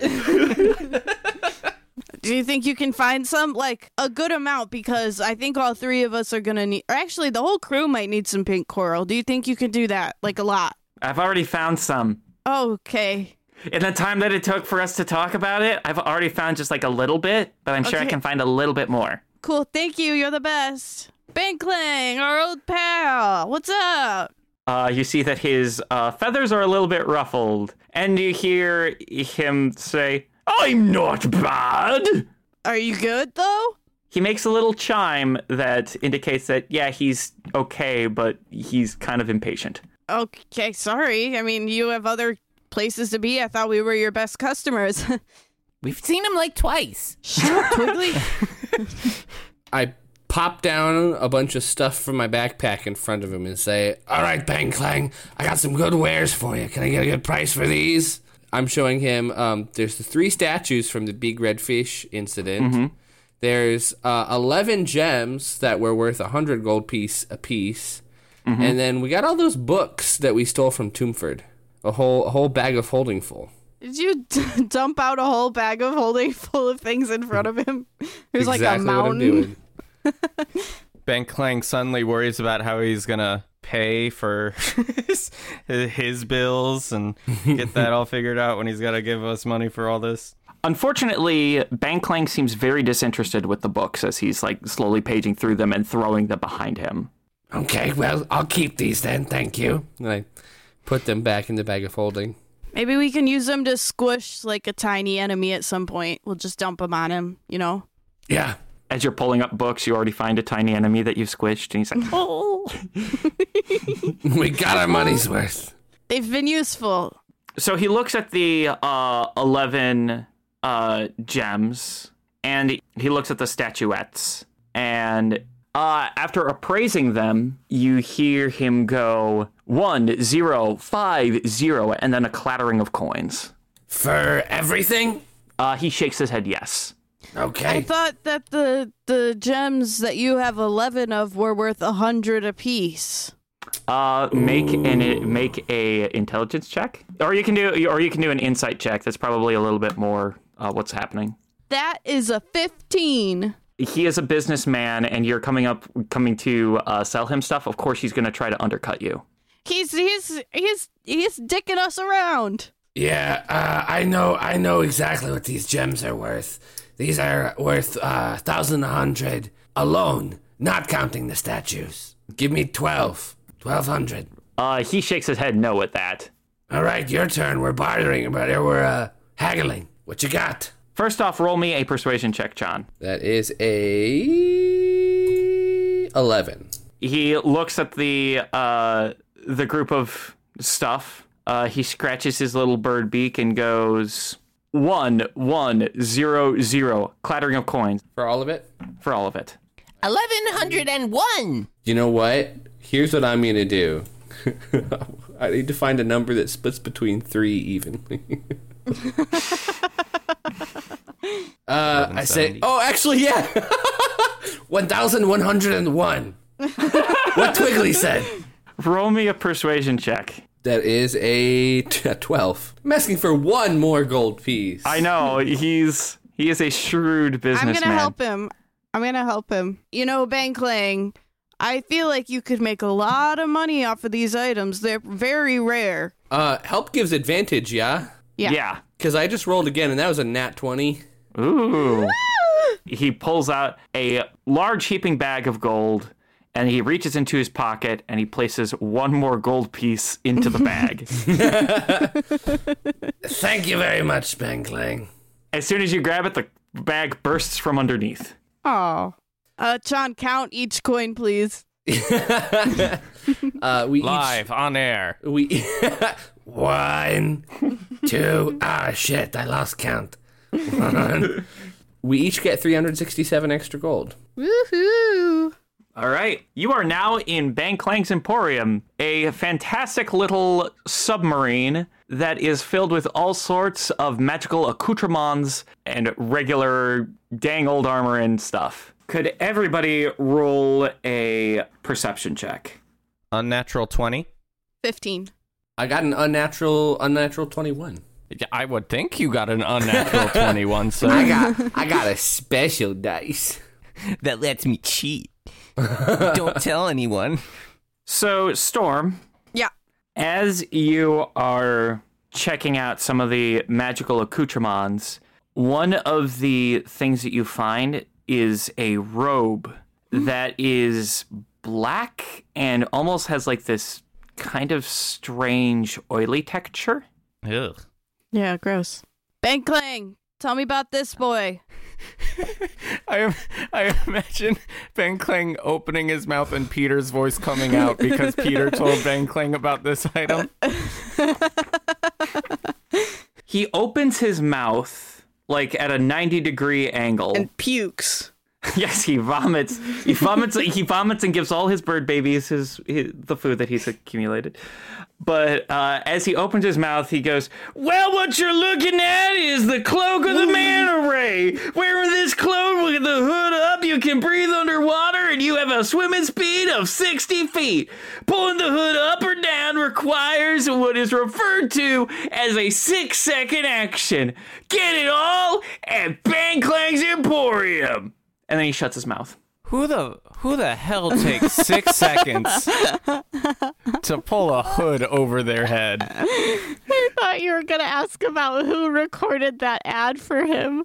F: Do you think you can find some? Like a good amount because I think all three of us are going to need, or actually, the whole crew might need some pink coral. Do you think you can do that? Like a lot.
B: I've already found some.
F: Okay.
B: In the time that it took for us to talk about it, I've already found just like a little bit, but I'm sure I
F: Okay.
B: can find a little bit more.
F: Cool. Thank you. You're the best. Bankling, our old pal. What's up?
B: Uh, you see that his uh, feathers are a little bit ruffled, and you hear him say, I'm not bad!
F: Are you good though?
B: He makes a little chime that indicates that, yeah, he's okay, but he's kind of impatient.
F: Okay, sorry. I mean, you have other places to be. I thought we were your best customers. *laughs*
G: We've seen him like twice.
F: Shut up, Twiggly.
D: I pop down a bunch of stuff from my backpack in front of him and say, "All right, Bang Clang, I got some good wares for you. Can I get a good price for these?" I'm showing him. Um, there's the three statues from the Big Red Fish incident. There's uh, eleven gems that were worth a hundred gold piece apiece, and then we got all those books that we stole from Tombford. A whole a whole bag of holding full.
F: Did you d- *laughs* dump out a whole bag of holding *laughs* full of things in front of him? *laughs* There's like a mountain.
C: Bang Clang suddenly worries about how he's gonna pay for *laughs* his, his bills and get that all figured out when he's gotta give us money for all this.
B: Unfortunately, Banklang seems very disinterested with the books as he's like slowly paging through them and throwing them behind him.
D: Okay, well, I'll keep these then. Thank you. And I put them back in the bag of holding.
F: Maybe we can use them to squish like a tiny enemy at some point. We'll just dump them on him, you know?
D: Yeah. *laughs*
B: As you're pulling up books, you already find a tiny enemy that you've squished, and he's like,
F: Oh,
D: We got our money's worth.
F: they've been useful.
B: So he looks at the uh, 11 uh, gems and he looks at the statuettes. And uh, after appraising them, you hear him go one, zero, five, zero, and then a clattering of coins.
D: For everything?
B: Uh, he shakes his head, yes.
D: Okay.
F: I thought that the the gems that you have eleven of were worth a hundred apiece.
B: Uh, make an make a intelligence check, or you can do or you can do an insight check. That's probably a little bit more uh, what's happening.
F: That is a 15.
B: He is a businessman, and you're coming up coming to uh, sell him stuff. Of course, he's going to try to undercut you.
F: He's he's he's he's dicking us around.
D: Yeah, uh, I know. I know exactly what these gems are worth. These are worth uh, thousand a hundred alone, not counting the statues. Give me twelve, twelve hundred.
B: Uh, he shakes his head no at that.
D: All right, your turn. We're bartering about it. We're uh, haggling. What you got?
B: First off, roll me a persuasion check, John.
H: That is a 11.
B: He looks at the uh, the group of stuff. Uh, he scratches his little bird beak and goes one one zero zero, clattering of coins
H: For all of it?
B: for all of it.
G: 1101!
H: You know what? Here's what I'm going to do. *laughs* I need to find a number that splits between three evenly. *laughs* uh, I say, oh, actually, yeah. *laughs*
D: One thousand one hundred and one. *laughs* what Twiggly said.
B: Roll me a persuasion check.
H: That is a t- a 12. I'm asking for one more gold piece.
B: I
F: *laughs*
B: know he's he is a shrewd
F: I'm
B: businessman.
F: gonna help him. I'm gonna help him. You know, Bang Clang, I feel like you could make a lot of money off of these items. They're very rare.
H: Uh, help gives advantage, yeah?
F: Yeah.
B: Yeah.
H: Because I just rolled again and that was a nat 20.
B: Ooh. he pulls out a large heaping bag of gold and he reaches into his pocket and he places one more gold piece into the bag.
D: Thank you very much, Bangling.
B: as soon as you grab it, the bag bursts from underneath.
F: Oh. Uh, John, count each coin, please.
H: Uh, we
C: Live on air.
H: Each, we *laughs*
D: One, two. Ah, shit! I lost count.
H: we each get 367 extra gold.
F: Woohoo!
B: All right. You are now in Bang Clang's Emporium, a fantastic little submarine that is filled with all sorts of magical accoutrements and regular dang old armor and stuff. Could everybody roll a perception check?
C: Unnatural 20.
F: 15.
H: I got an unnatural, unnatural 21.
C: I would think you got an *laughs* unnatural 21, sir.
H: I got, I got a special dice.
G: That lets me cheat. Don't tell anyone.
B: So, Storm,
F: Yeah.
B: as you are checking out some of the magical accoutrements, one of the things that you find is a robe that is black and almost has like this kind of strange oily texture.
G: Ugh.
F: Yeah, gross. Bang Clang, tell me about this boy.
C: I, *laughs* I imagine Ben Kling opening his mouth and Peter's voice coming out because Peter told Ben Kling about this item.
B: He opens his mouth like at a 90 degree angle. *laughs*
F: pukes.
B: Yes, he vomits. He vomits. he vomits and gives all his bird babies his, his the food that he's accumulated. But uh, as he opens his mouth, he goes, "Well, what you're looking at is the cloak of the man array. Wearing this cloak with the hood up, you can breathe underwater, and you have a swimming speed of 60 feet. Pulling the hood up or down requires what is referred to as a six-second action. Get it all at Bang Clang's Emporium." and then he shuts his mouth.
C: Who the who the hell takes six seconds to pull a hood over their head?
E: I thought you were gonna ask about who recorded that ad for him.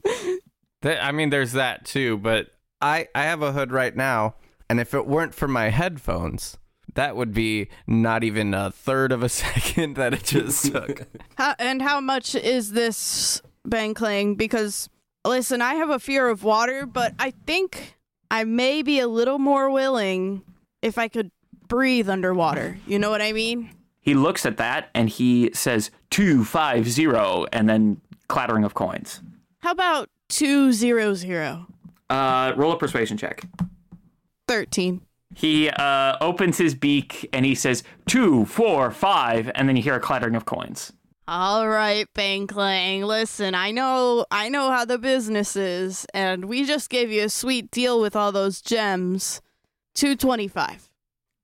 C: That, I mean, there's that too, but I I have a hood right now, and if it weren't for my headphones, that would be not even a third of a *laughs* second that it just
B: *laughs*
C: took.
F: How, and how much is this Bang Clang? Because, listen, I have a fear of water, but I think I may be a little more willing if I could breathe underwater. You know what I mean?
B: He looks at that and he says two five zero, and then clattering of coins.
F: How about 200?
B: Uh, roll a persuasion check.
F: 13.
B: He uh, opens his beak and he says two four five, and then you hear a clattering of coins.
F: All right, Bang Clang. Listen, I know I know how the business is, and we just gave you a sweet deal with all those gems. 225.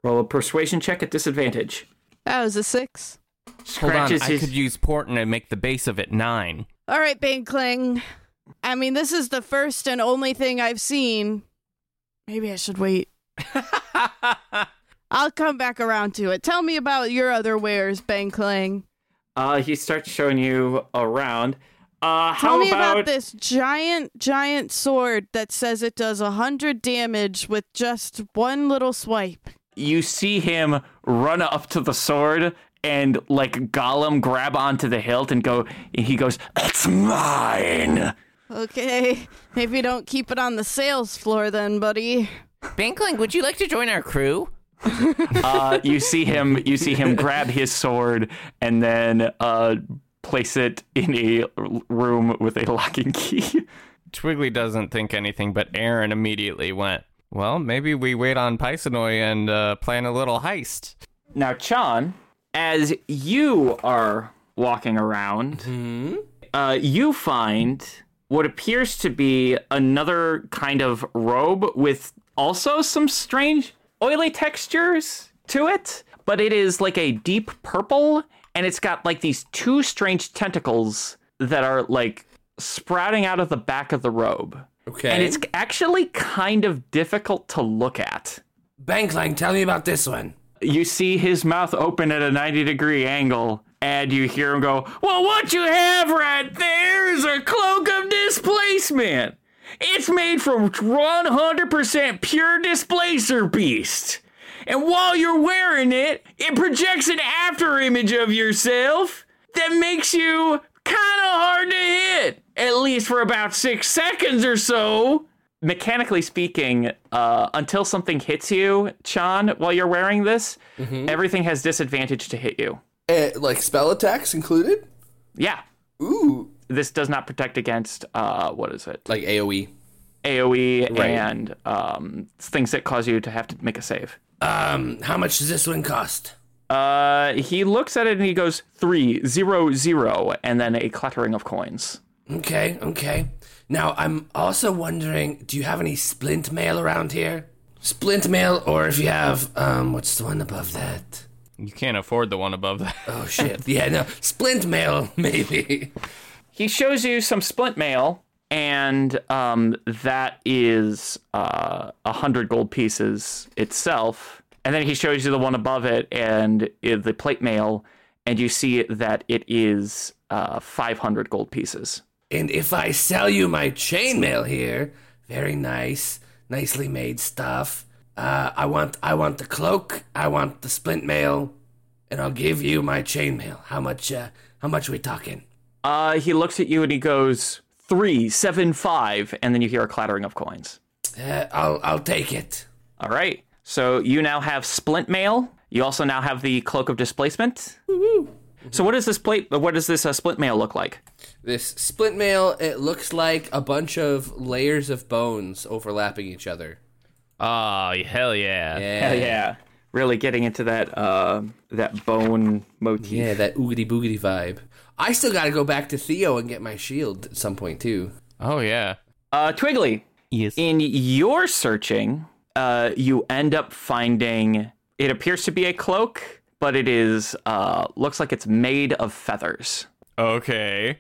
B: Roll a persuasion check at disadvantage.
F: That was a six.
C: Hold on,
B: Scratches
C: I
B: his.
C: could use Porton to make the base of it nine.
F: All right, Bang Cling. I mean, this is the first and only thing I've seen. Maybe I should wait. I'll come back around to it. Tell me about your other wares, Bang Cling.
B: Uh, he starts showing you around. Uh,
F: Tell
B: how
F: me about...
B: about,
F: this giant, giant sword that says it does a hundred damage with just one little swipe.
B: you see him run up to the sword and like Gollum grab onto the hilt and go. And he goes, "It's mine."
F: Okay, maybe don't keep it on the sales floor then, buddy.
G: Bankling, would you like to join our crew?
B: Uh, you see him. You see him grab his sword and then uh, place it in a room with a lock and key.
C: Twiggly doesn't think anything, but Aaron immediately went, Well, maybe we wait on Pisonoi and uh, plan a little heist.
B: Now, Chan, as you are walking around, uh, you find what appears to be another kind of robe with also some strange oily textures to it, but it is like a deep purple and it's got like these two strange tentacles that are like sprouting out of the back of the robe.
D: Okay.
B: And it's actually kind of difficult to look at.
D: Banklang, tell me about this one.
B: you see his mouth open at a 90 degree angle and you hear him go well what you have right there is a cloak of displacement it's made from 100% pure displacer beast and while you're wearing it it projects an after image of yourself that makes you kind of hard to hit at least for about six seconds or so mechanically speaking, uh, until something hits you, Chan, while you're wearing this, everything has disadvantage to hit you.
I: Eh, like spell attacks included?
B: Yeah,
I: Ooh.
B: this does not protect against uh, what is it?
I: Like
H: E.
I: AoE.
B: AOE and um, things that cause you to have to make a save.
D: Um, how much does this one cost?
B: Uh, he looks at it and he goes three zero zero, and then a clattering of coins.
D: Okay, okay. Now, I'm also wondering do you have any splint mail around here? Splint mail, or if you have, um, what's the one above that?
C: You can't afford the one above that.
D: Oh, shit. yeah, no. Splint mail, *laughs* maybe.
B: He shows you some splint mail, and um, that is uh, a hundred gold pieces itself. And then he shows you the one above it and uh, the plate mail, and you see that it is uh, five hundred gold pieces.
D: And if I sell you my chainmail here, very nice, nicely made stuff. Uh, I want, I want the cloak. I want the splint mail, and I'll give you my chainmail. How much? Uh, how much we talking?
B: Uh, he looks at you and he goes three seven five, and then you hear a clattering of coins.
D: Uh, I'll, I'll take it.
B: All right, so you now have splint mail. You also now have the cloak of displacement. So what does this plate? What does this uh, splint mail look like?
I: This split mail, it looks like a bunch of layers of bones overlapping each other.
C: Oh, hell yeah.
I: Oh, Yeah.
B: Hell yeah. Really getting into that uh, that bone motif.
I: Yeah, that oogity boogity vibe. I still gotta go back to Theo and get my shield at some point, too.
C: Oh, yeah.
B: Uh, Twiggly,
C: Yes.
B: in your searching, uh, you end up finding it appears to be a cloak, but it is uh, looks like it's made of feathers.
C: Okay.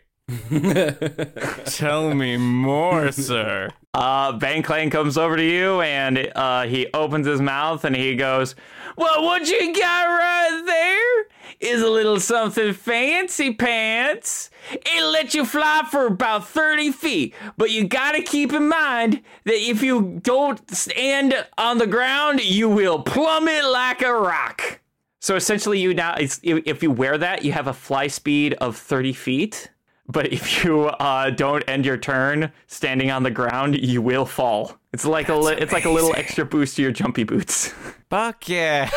C: Tell me more, sir.
B: Uh, Bang Clang comes over to you and uh, he opens his mouth and he goes, Well, what you got right there is a little something fancy pants. It'll let you fly for about 30 feet, but you gotta keep in mind that if you don't stand on the ground, you will plummet like a rock. So essentially, you now, it's- if if you wear that, you have a fly speed of 30 feet but if you uh, don't end your turn standing on the ground, you will fall. It's like a li- it's like a little extra boost to your jumpy boots. *laughs*
C: Fuck yeah.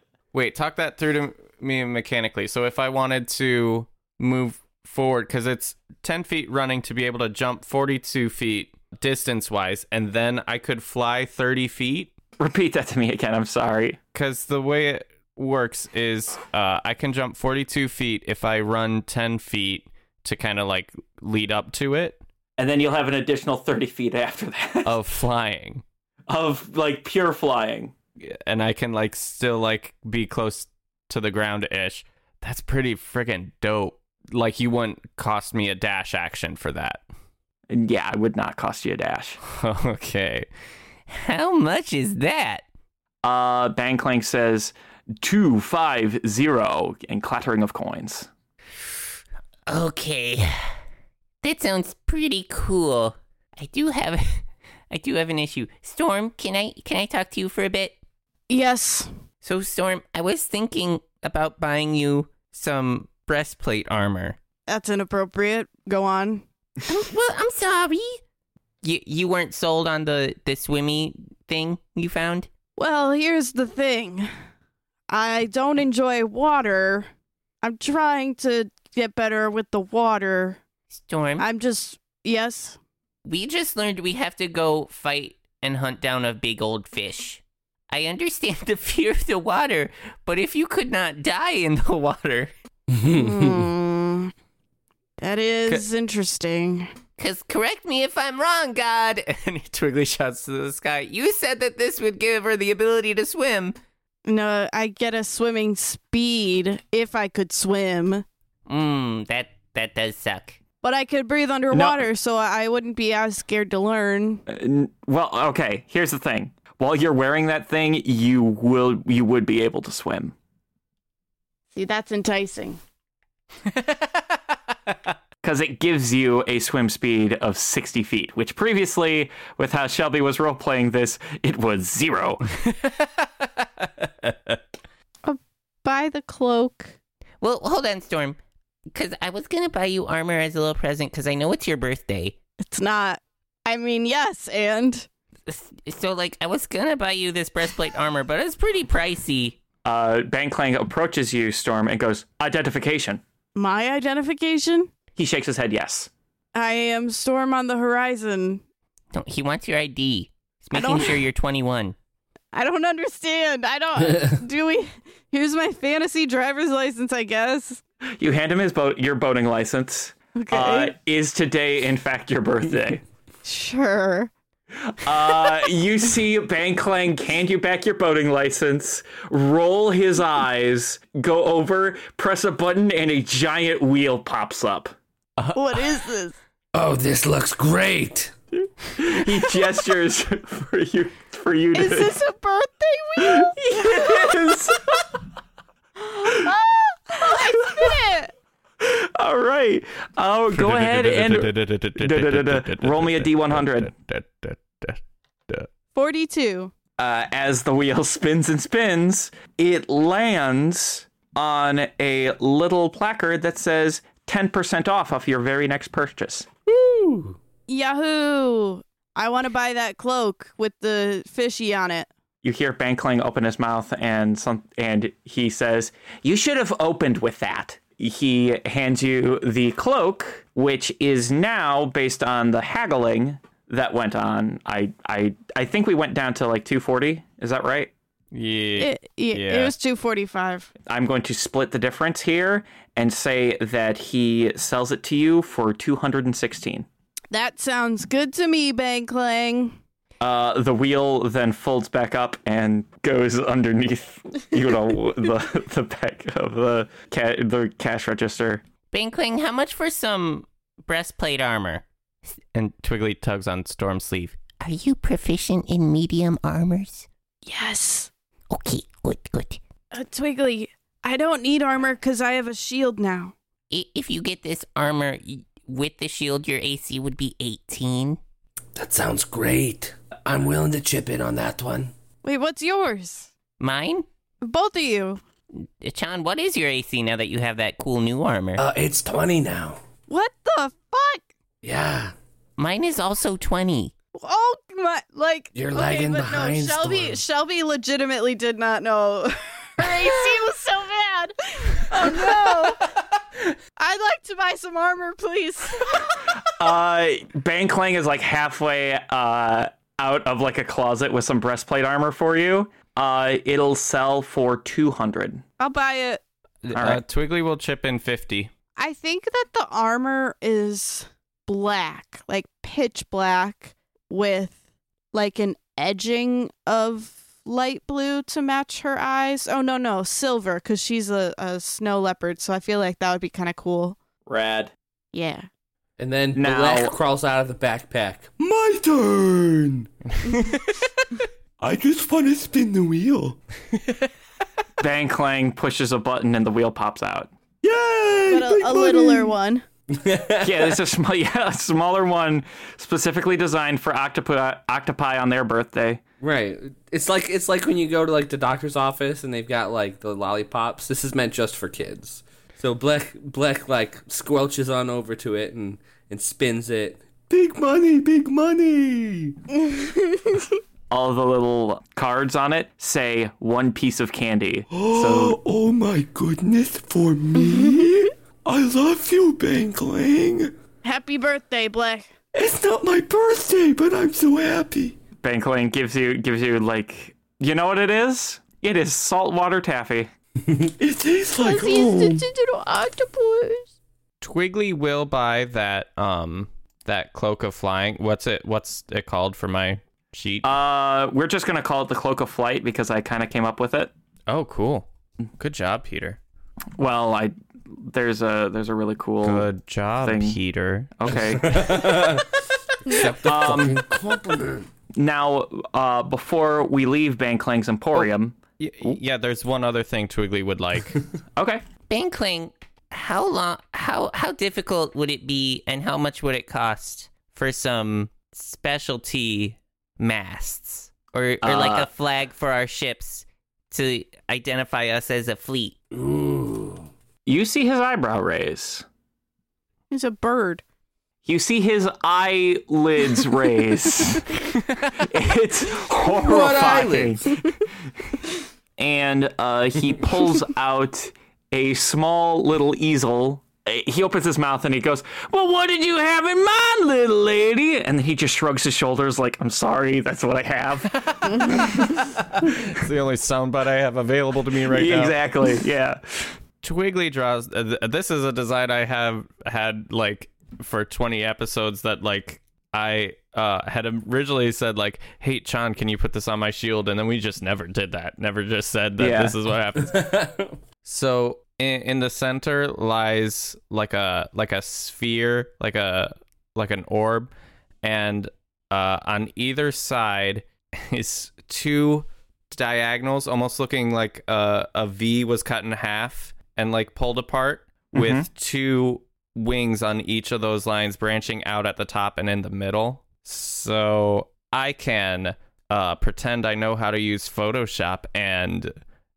C: *laughs* Wait, talk that through to me mechanically. So if I wanted to move forward, because it's 10 feet running to be able to jump 42 feet distance wise, and then I could fly 30 feet,
B: Repeat that to me again. I'm sorry.
C: because the way it works is uh, I can jump 42 feet if I run 10 feet to kind of like lead up to it
B: And then you'll Oh. *laughs* have an additional 30 feet after that
C: of flying.
B: of like pure flying.
C: and I can like still like be close to the ground ish. That's pretty freaking dope. Like you wouldn't cost me a dash action for that. *laughs*
B: And yeah, it would not cost you a dash.
C: okay.
G: How much is that?
B: Uh, Bang Clank says two five zero and clattering of coins.
G: Okay. That sounds pretty cool. I do have *laughs* I do have an issue. Storm, can I can I talk to you for a bit?
F: Yes.
G: So Storm, I was thinking about buying you some
C: Breastplate armor.
F: That's inappropriate. Go on.
G: Um, Well, I'm sorry. You you weren't sold on the the swimmy thing you found?
F: Well, here's the thing I don't enjoy water. I'm trying to get better with the water.
G: Storm,
F: I'm just, yes.
G: we just learned we have to go fight and hunt down a big old fish. I understand the fear of the water, but if you could not die in the water,
F: Hmm. that is interesting.
G: Because correct me if I'm wrong, God. *laughs* And he twiggly shouts to the sky. You said that this would give her the ability to swim.
F: No, I get a swimming speed if I could swim,
G: Mmm, that that does suck. *laughs*
F: but I could breathe underwater, so I wouldn't be as scared to learn.
B: Uh, n- well, okay. Here's the thing. While you're wearing that thing, you will you would be able to swim.
F: See, that's enticing.
B: because it gives you a swim speed of 60 feet, which previously, with how Shelby was role playing this, it was zero.
F: Buy the cloak.
G: Well, hold on, Storm. Because I was gonna buy you armor as a little present. Because I know it's your birthday.
F: It's not. I mean, yes, and
G: S- So like, I was gonna buy you this breastplate armor, but it's pretty pricey.
B: Uh, Bang Clang approaches you, Storm, and goes, Identification.
F: my identification?
B: He shakes his head, yes.
F: I am Storm on the Horizon.
G: No, he wants your ID. He's
F: I
G: making
F: don't-
G: sure you're 21.
F: I don't understand.
C: *laughs*
F: I don't. do we? Here's my fantasy driver's license, I guess.
B: You hand him his boat, your boating license.
F: Okay.
B: Uh, is today, in fact, your birthday?
F: sure.
B: Uh, you see Bang Clang hand you back your boating license, roll his eyes, go over, press a button, and a giant wheel pops up.
F: What is this?
D: Oh, this looks great.
B: *laughs* he gestures for you for you to
C: *laughs*
F: Is this a birthday wheel?
B: *laughs*
F: *laughs*
B: Yes!
F: Shit.
B: all right oh go ahead and uh, roll me a d100
F: Forty-two.
B: uh, as the wheel spins and spins it lands on a little placard that says 10% off of your very next purchase
F: Yahoo! I want to buy that cloak with the fishy on it.
B: you hear Bankling open his mouth and some and he says, "You should have opened with that." He hands you the cloak, which is now based on the haggling that went on. I I I think we went down to like 240. Is that right?
C: Yeah.
F: It, it,
C: Yeah.
F: it was two forty-five.
B: I'm going to split the difference here and say that he sells it to you for 216.
F: That sounds good to me, Bang Clang.
B: Uh, the wheel then folds back up and goes underneath, you know, the the back of the ca- the cash register.
G: Bang Cling, how much for some breastplate armor?
C: And Twiggly tugs on Storm's sleeve.
G: Are you proficient in medium armors?
F: Yes,
G: Okay, good, good.
F: uh, Twiggly. I don't need armor because I have a shield now.
G: I- If you get this armor y- with the shield, your AC would be 18.
D: That sounds great. I'm willing to chip in on that one.
F: Wait, what's yours?
G: Mine?
F: Both of you.
G: Uh, Chan, what is your AC now that you have that cool new armor?
D: Uh, it's 20 now.
F: What the fuck?
D: Yeah.
G: Mine is also 20.
F: Oh my! Like
D: You're
F: okay,
D: lagging
F: but
D: behind,
F: No, Shelby,
D: Storm.
F: Shelby legitimately did not know. *laughs*
E: Her AC was so bad.
F: oh no!
D: *laughs*
F: I'd like to buy some armor, please.
B: Uh, Bang Clang is like halfway uh, out of like a closet with some breastplate armor for you. Uh, it'll sell for 200.
F: I'll buy it.
C: Uh,
B: right.
C: Twiggly will chip in 50.
F: I think that the armor is black, like pitch black, with like an edging of light blue to match her eyes. Oh no, no, silver because she's a, a snow leopard. So I feel like that would be kind of cool.
B: Rad.
F: Yeah.
I: And then
B: Now-
I: Black crawls out of the backpack. My turn. I just want to spin the wheel.
B: Bang Clang pushes a button and the wheel pops out.
F: But a, a littler one.
B: Yeah, it's a small, *laughs* yeah, a smaller one specifically designed for octopi, octopi on their birthday.
I: Right. It's like it's like when you go to like the doctor's office and they've got like the lollipops. This is meant just for kids. So Black Black like squelches on over to it and and spins it. Big money, big money.
B: All the little cards on it say one piece of candy.
D: *gasps*
B: So
A: Oh my goodness, for me? I love you, Bankling.
F: Happy birthday, Black.
A: It's not my birthday, but I'm so happy.
B: Bang Clang gives you gives you like you know what it is? It is saltwater taffy.
A: It tastes like
E: He's
A: home.
E: digital octopus.
C: Twiggly will buy that um that cloak of flying. What's it what's it called for my sheet?
B: Uh, we're just gonna call it the cloak of flight because I kind of came up with it.
C: oh, cool. Good job, Peter.
B: Well, I there's a there's a really cool.
C: Good job,
B: thing.
C: Peter.
B: Okay.
I: *laughs* Except the
B: Um,
D: Compliment.
B: now, uh, before we leave Bang Clang's Emporium,
C: Y- yeah, there's one other thing Twiggly would like.
B: okay,
G: Bankling, how long how how difficult would it be and how much would it cost for some specialty masts or or like
B: Uh,
G: a flag for our ships to identify us as a fleet?
B: you see his eyebrow raise.
F: He's a bird.
B: You see his eyelids raise. it's horrifying. *laughs* and uh, he pulls out a small little easel. Uh, He opens his mouth and he goes, Well, what did you have in mind, little lady? And he just shrugs his shoulders, like, I'm sorry, that's what I have.
C: it's the only soundbite I have available to me
B: *laughs*
C: right
B: exactly. Yeah.
C: Twiggly draws. Uh, th- this is a design I have had like for 20 episodes that like I uh, had originally said like, "Hey, Chan, can you put this on my shield?" And then we just never did that. Never just said that
B: Yeah.
C: this is what happens. so in, in the center lies like a like a sphere, like a like an orb, and uh, on either side *laughs* is two diagonals, almost looking like a, a V was cut in half and like pulled apart with two wings on each of those lines branching out at the top and in the middle. So I can uh, pretend I know how to use Photoshop and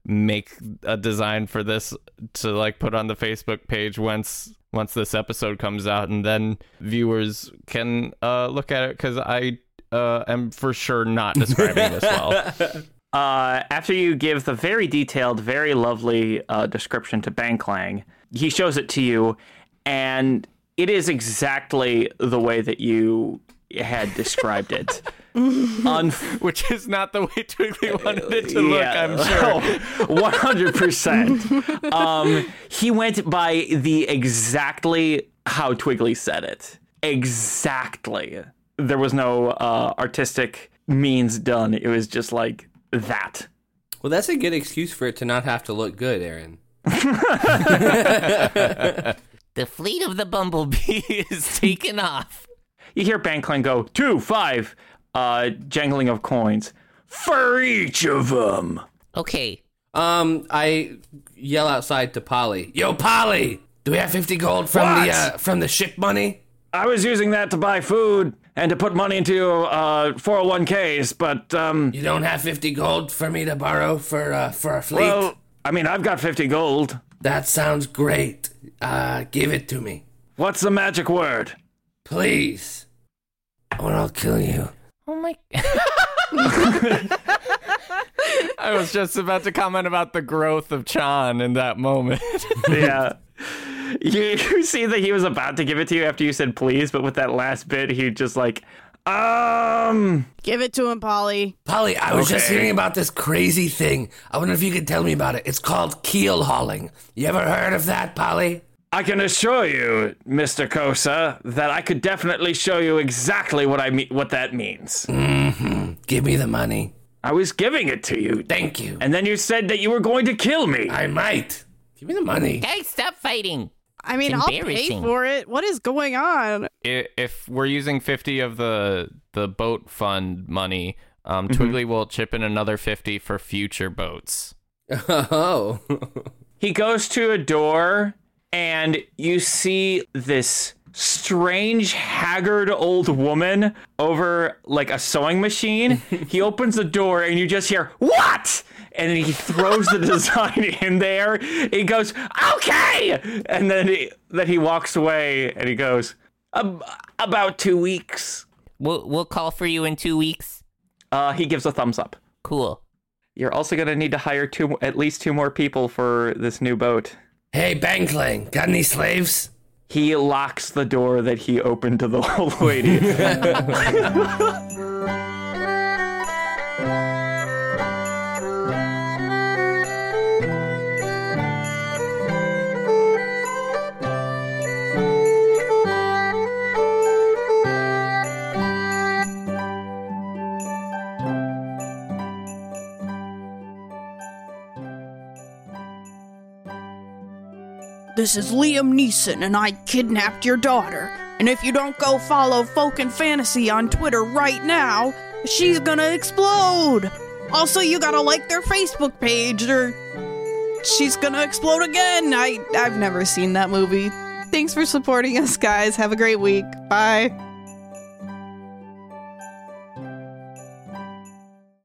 C: make a design for this to like put on the Facebook page once once this episode comes out and then viewers can uh look at it cuz I uh am for sure not describing this well.
B: Uh, after you give the very detailed, very lovely uh, description to Bang Clang, he shows it to you, and it is exactly the way that you had described
C: *laughs*
B: it. Unf-
C: which is not the way
G: Uh,
C: Twiggly wanted it to look.
B: yeah.
C: I'm sure.
B: *laughs* One hundred percent. Um, He went by the exactly how Twiggly said it. Exactly. There was no uh, artistic means done. It was just like that.
I: *laughs* Well, that's a good excuse for it to not have to look good, Aaron.
G: *laughs* The fleet of the bumblebee *laughs* is taken off.
B: You hear Bankline go two five, uh, jangling of coins for each of them.
G: Okay,
I: Um, I yell outside to Polly.
D: Yo, Polly, do we have 50 gold from
B: What?
D: the uh, from the ship money?
B: I was using that to buy food and to put money into uh 401ks, but um,
D: You don't have 50 gold for me to borrow for uh, for a fleet?
B: well, I mean, I've got fifty gold.
D: that sounds great. Uh, give it to me,
B: What's the magic word?
D: please, or I'll kill you.
G: Oh my!
C: *laughs* I was just about to comment about the growth of Chan in that moment.
B: yeah. *laughs* You, you see that he was about to give it to you after you said please, but with that last bit, he just like, um,
F: Give it to him, Polly.
D: Polly, I was just
B: Okay.
D: hearing about this crazy thing. I wonder if you could tell me about it. It's called keel hauling. You ever heard of that, Polly?
B: I can assure you, Mister Kosa, that I could definitely show you exactly what I mean, what that means.
D: Give me the money.
B: I was giving it to you.
D: Thank you.
B: And then you said that you were going to kill me.
D: I might. Give me the money.
G: Guys, stop fighting.
F: I mean,
G: It's
F: I'll pay
G: embarrassing.
F: for it. What is going on?
C: I- if we're using 50 of the the boat fund money um, Twiggly will chip in another 50 for future boats.
I: Oh.
B: He goes to a door, and you see this strange, haggard old woman over like a sewing machine. he opens the door, and you just hear, What? And he throws the *laughs* design in there. He goes, Okay. And then he, then he walks away and he goes, "Ab- About two weeks.
G: We'll we'll call for you in two weeks.
B: Uh, he gives a thumbs up.
G: Cool.
B: You're also going to need to hire two, at least two more people for this new boat.
D: Hey, Banglang, got any slaves?
B: He locks the door that he opened to the *laughs* old lady.
F: This is Liam Neeson, and I kidnapped your daughter. And if you don't go follow Folk and Fantasy on Twitter right now, she's gonna explode. Also, you gotta like their Facebook page, or she's gonna explode again. I I've never seen that movie. Thanks for supporting us, guys. Have a great week. Bye.